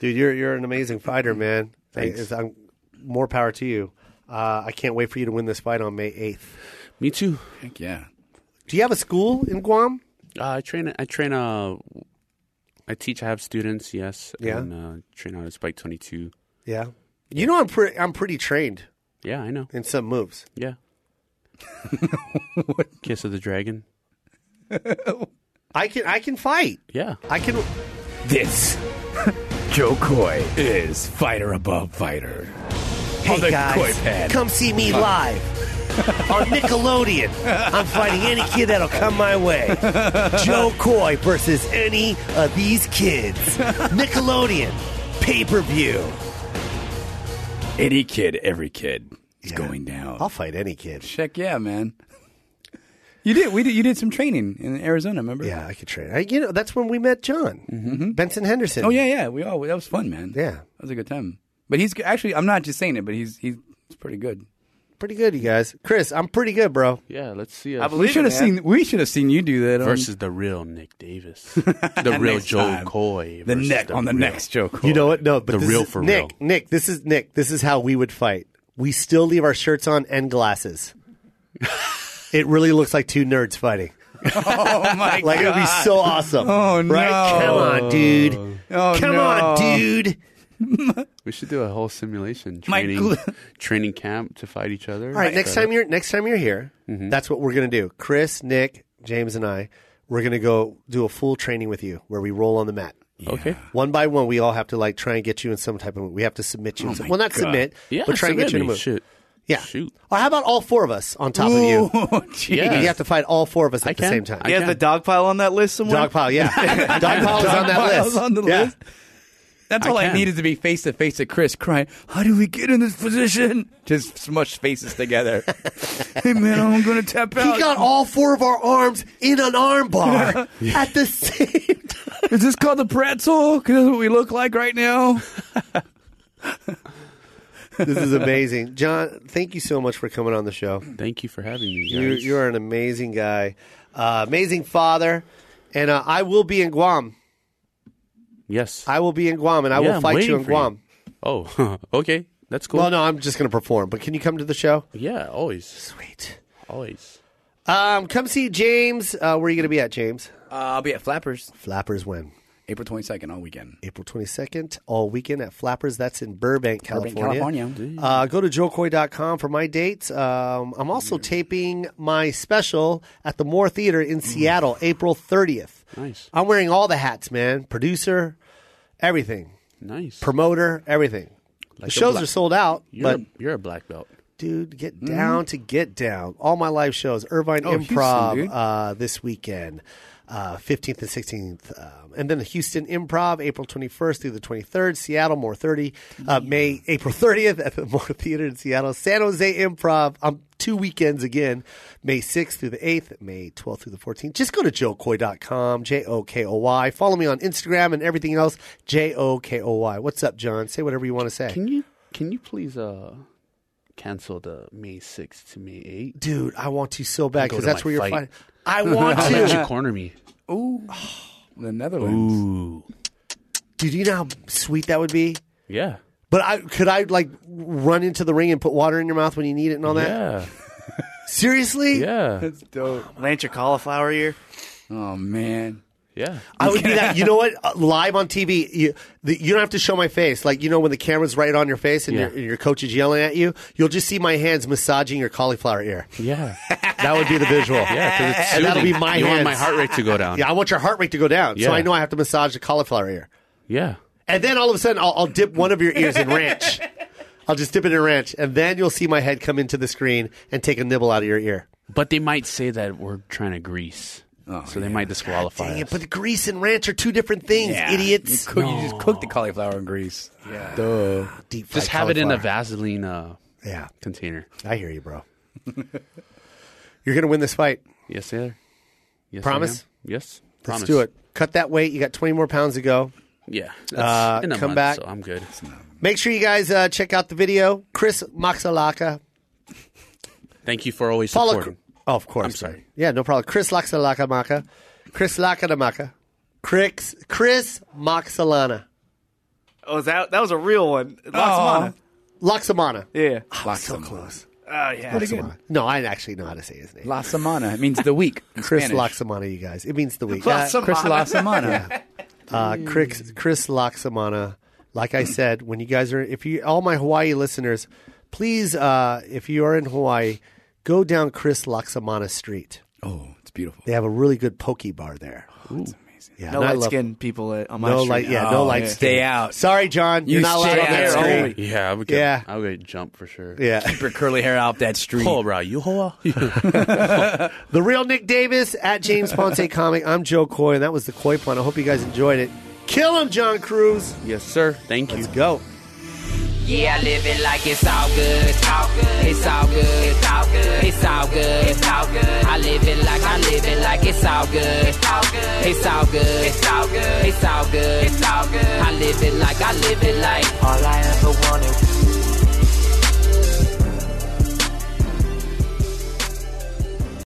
Speaker 2: Dude, you're you're an amazing fighter, man. Thanks. I, am more power to you. Uh, I can't wait for you to win this fight on May 8th.
Speaker 4: me too.
Speaker 5: Heck yeah.
Speaker 2: Do you have a school in Guam?
Speaker 4: Uh, I train. I train. Uh, I teach. I have students. Yes.
Speaker 2: Yeah.
Speaker 4: And uh, train out at Spike Twenty Two.
Speaker 2: Yeah. You know I'm pretty I'm pretty trained
Speaker 4: Yeah, I know.
Speaker 2: in some moves.
Speaker 4: Yeah. Kiss of the Dragon.
Speaker 2: I can I can fight.
Speaker 4: Yeah.
Speaker 2: I can
Speaker 5: This Joe Coy is fighter above fighter.
Speaker 2: Hey
Speaker 5: On the
Speaker 2: guys,
Speaker 5: koi pad.
Speaker 2: come see me live on Nickelodeon. I'm fighting any kid that'll come my way. Joe Coy versus any of these kids. Nickelodeon pay per view.
Speaker 5: Any kid, every kid is going down.
Speaker 2: I'll fight any kid.
Speaker 5: Check yeah, man. You did. We did. You did some training in Arizona. Remember?
Speaker 2: Yeah, I could train. I, you know, that's when we met John Benson Henderson.
Speaker 5: Oh yeah, yeah. We all. That was fun, man.
Speaker 2: Yeah.
Speaker 5: That was a good time. But he's actually. I'm not just saying it, but he's he's pretty good.
Speaker 2: pretty good, you guys. Chris, I'm pretty good, bro.
Speaker 4: Yeah. Let's see. uh,
Speaker 3: I
Speaker 4: Us.
Speaker 5: We
Speaker 3: believe
Speaker 5: should
Speaker 3: it,
Speaker 5: have
Speaker 3: man.
Speaker 5: seen. We should have seen you do that on
Speaker 4: Versus the real Nick Davis, the real
Speaker 5: next
Speaker 4: Joe
Speaker 5: time.
Speaker 4: Coy.
Speaker 5: the
Speaker 4: versus
Speaker 5: neck on the
Speaker 4: real-
Speaker 5: next joke.
Speaker 2: You know what? No, but
Speaker 4: The
Speaker 2: this
Speaker 4: real
Speaker 2: is-
Speaker 4: for
Speaker 2: Nick,
Speaker 4: real.
Speaker 2: Nick, this is Nick. This is how we would fight. We still leave our shirts on and glasses. it really looks like two nerds fighting.
Speaker 5: Oh my
Speaker 2: Like it would be so awesome. Oh
Speaker 5: no.
Speaker 2: Right? Come on, dude.
Speaker 5: Oh,
Speaker 2: Come
Speaker 5: no.
Speaker 2: on, dude.
Speaker 4: We should do a whole simulation
Speaker 5: My
Speaker 4: training
Speaker 5: gl-
Speaker 4: training camp to fight each other.
Speaker 2: All right, next time you're next time you're here,
Speaker 4: Mm-hmm.
Speaker 2: that's what we're gonna do. Chris, Nick, James, and I, we're gonna go do a full training with you where we roll on the mat.
Speaker 4: Okay.
Speaker 2: One by one, we all have to like try and get you in some type of. We have to submit you. in some- well, not submit,
Speaker 4: Oh Yeah.
Speaker 2: but try and get you in
Speaker 4: submit
Speaker 2: a
Speaker 4: me.
Speaker 2: move.
Speaker 4: Shit.
Speaker 2: Yeah.
Speaker 4: Shoot.
Speaker 2: Or how about all four of us on top of
Speaker 5: oh,
Speaker 2: you?
Speaker 4: Yeah.
Speaker 2: You have to fight all four of us at
Speaker 4: I
Speaker 2: the
Speaker 4: can.
Speaker 2: same time.
Speaker 4: I
Speaker 3: You have
Speaker 4: can.
Speaker 3: the dog pile on that list somewhere.
Speaker 2: Dogpile, yeah. Dogpile is on that
Speaker 5: Dogpile's
Speaker 2: list.
Speaker 5: on the
Speaker 2: Yeah.
Speaker 5: list. That's all I,
Speaker 4: can.
Speaker 5: needed to be face to face with Chris crying, How do we get in this position? Just smush faces together. hey man, I'm gonna tap out.
Speaker 2: He got all four of our arms in an arm bar at the same time.
Speaker 5: Is this called the pretzel? Because that's what we look like right now.
Speaker 2: This is amazing. John, thank you so much for coming on the show.
Speaker 4: Thank you for having me.
Speaker 2: You're,
Speaker 4: guys.
Speaker 2: you're an amazing guy, uh, amazing father. And uh, I will be in Guam.
Speaker 4: yes.
Speaker 2: I will be in Guam, and I
Speaker 4: Yeah,
Speaker 2: will
Speaker 4: I'm
Speaker 2: fight you
Speaker 4: waiting
Speaker 2: in
Speaker 4: for you.
Speaker 2: Guam.
Speaker 4: oh. okay. That's cool.
Speaker 2: Well, no, I'm just going to perform, but can you come to the show?
Speaker 4: Yeah. Always.
Speaker 2: Sweet.
Speaker 4: Always.
Speaker 2: Um, come see James. Uh, where are you going to be at, James?
Speaker 5: Uh, I'll be at Flappers
Speaker 2: Flappers when?
Speaker 5: April 22nd all weekend.
Speaker 2: April 22nd, all weekend at Flappers. That's in Burbank,
Speaker 5: Burbank,
Speaker 2: California.
Speaker 5: California.
Speaker 2: Uh, go to joecoy.com for my dates. Um, I'm also taping my special at the Moore Theater in Seattle, April 30th.
Speaker 4: Mm. Nice.
Speaker 2: I'm wearing all the hats, man. Producer, everything.
Speaker 4: Nice.
Speaker 2: Promoter, everything. the shows
Speaker 4: black-
Speaker 2: are sold out,
Speaker 4: you're,
Speaker 2: but
Speaker 4: a, you're a black belt.
Speaker 2: dude, get down to get down. All my live shows, Irvine
Speaker 5: Hmm? Oh, Houston,
Speaker 2: Improv
Speaker 5: dude.
Speaker 2: uh, this weekend, uh, 15th and 16th. Um, and then the Houston Improv, April 21st through the 23rd. Seattle, More 30, uh, May, April 30th at the More Theater in Seattle. San Jose Improv, um, two weekends again, May 6th through the 8th, May 12th through the 14th. Just go to joekoy.com, J O K O Y. Follow me on Instagram and everything else, J O K O Y. What's up, John? Say whatever you want to say.
Speaker 4: Can you can you please uh cancel the May sixth to May eighth?
Speaker 2: dude, I want to so bad
Speaker 4: Go
Speaker 2: because
Speaker 4: to
Speaker 2: that's
Speaker 4: my
Speaker 2: where you're
Speaker 4: fight.
Speaker 2: fighting. I want
Speaker 4: I'll let you
Speaker 2: to.
Speaker 4: corner me.
Speaker 5: The Netherlands.
Speaker 4: Ooh.
Speaker 2: Dude, you know how sweet that would be.
Speaker 4: Yeah.
Speaker 2: But I could I like run into the ring and put water in your mouth when you need it and all that.
Speaker 4: Yeah.
Speaker 2: Seriously,
Speaker 4: Yeah.
Speaker 3: Plant your cauliflower ear.
Speaker 5: Oh man.
Speaker 4: Yeah.
Speaker 2: I would be that. You know what? Uh, Live on TV, you the, you don't have to show my face. Like you know when the camera's right on your face and,
Speaker 4: Yeah.
Speaker 2: your, and your coach is yelling at you, you'll just see my hands massaging your cauliflower ear.
Speaker 4: Yeah.
Speaker 2: That would be the visual.
Speaker 4: Yeah, because it's
Speaker 2: And that'll
Speaker 4: soothing.
Speaker 2: be my
Speaker 4: You want my
Speaker 2: hands.
Speaker 4: heart rate to go down.
Speaker 2: Yeah, I want your heart rate to go down,
Speaker 4: Yeah.
Speaker 2: so I know I have to massage the cauliflower ear.
Speaker 4: Yeah.
Speaker 2: And then all of a sudden, I'll, I'll dip one of your ears in ranch. I'll just dip it in ranch, and then you'll see my head come into the screen and take a nibble out of your ear.
Speaker 4: But they might say that we're trying to grease, so they might disqualify
Speaker 2: Oh, Dang
Speaker 4: us.
Speaker 2: it, but grease and ranch are two different things, idiots.
Speaker 5: You, cook, you just cook the cauliflower in grease. Yeah. Duh.
Speaker 2: Deep fried
Speaker 4: Just have it in a
Speaker 2: cauliflower.
Speaker 4: Vaseline uh,
Speaker 2: Yeah,
Speaker 4: container.
Speaker 2: I hear you, bro. You're gonna win this fight.
Speaker 4: Yes, sir. Yes, I
Speaker 2: Promise?
Speaker 4: am. Yes.
Speaker 2: Let's
Speaker 4: Promise.
Speaker 2: do it. Cut that weight. You got 20 more pounds to go.
Speaker 4: Yeah. That's
Speaker 2: Uh,
Speaker 4: in a
Speaker 2: come
Speaker 4: month,
Speaker 2: back.
Speaker 4: So I'm good.
Speaker 2: Make sure you guys uh, check out the video. Chris Maxalaka.
Speaker 4: Thank you for always
Speaker 2: Follow.
Speaker 4: supporting.
Speaker 2: Oh, of course. I'm
Speaker 4: sorry.
Speaker 2: Yeah, no problem. Chris Laxalaka Maka. Chris Lakanamaka. Chris, Chris Maxalana.
Speaker 3: Oh, is that that was a real one. Loxamana.
Speaker 2: Laxamana.
Speaker 3: Yeah.
Speaker 2: so close.
Speaker 3: Oh yeah.
Speaker 2: Laxamana. No, I actually know how to say his name.
Speaker 5: La Semana. It means the week. in
Speaker 2: Chris
Speaker 5: Spanish.
Speaker 2: Laxamana, you guys. It means the week.
Speaker 3: La
Speaker 2: Uh,
Speaker 3: Semana.
Speaker 5: Chris La Semana.
Speaker 2: uh, Chris Chris Laksamana. Like I said, when you guys are, if you all my Hawaii listeners, please, uh, if you are in Hawaii, go down Chris Laksamana Street.
Speaker 5: Oh, it's beautiful.
Speaker 2: They have a really good poke bar there. Yeah,
Speaker 3: No
Speaker 2: and I
Speaker 3: light
Speaker 2: love-
Speaker 3: skinned people at, on my
Speaker 2: No
Speaker 3: street.
Speaker 2: light. Yeah, no
Speaker 5: Oh,
Speaker 2: light.
Speaker 5: yeah.
Speaker 2: skin.
Speaker 5: Stay out.
Speaker 2: Sorry, John. You're
Speaker 5: You
Speaker 2: not allowed
Speaker 5: stay
Speaker 2: on that
Speaker 5: out.
Speaker 2: street.
Speaker 4: Yeah. I would
Speaker 2: Yeah.
Speaker 4: Get, I would get jump for sure.
Speaker 2: Yeah.
Speaker 5: Keep your curly hair off that street.
Speaker 4: Oh, bro, you hoa.
Speaker 2: the real Nick Davis at James Ponce Comic. I'm Joe Coy, and that was the Coy Pun. I hope you guys enjoyed it. Kill him, John Cruz.
Speaker 4: yes, sir. Thank you.
Speaker 2: Let's go.
Speaker 9: Yeah, I live it like it's all good. It's all good. It's all good. It's all good. It's all good. It's all good. I live it like I live it like it's all good. It's all good. It's all good. It's all good. It's all good. It's all good. I live it like I live it like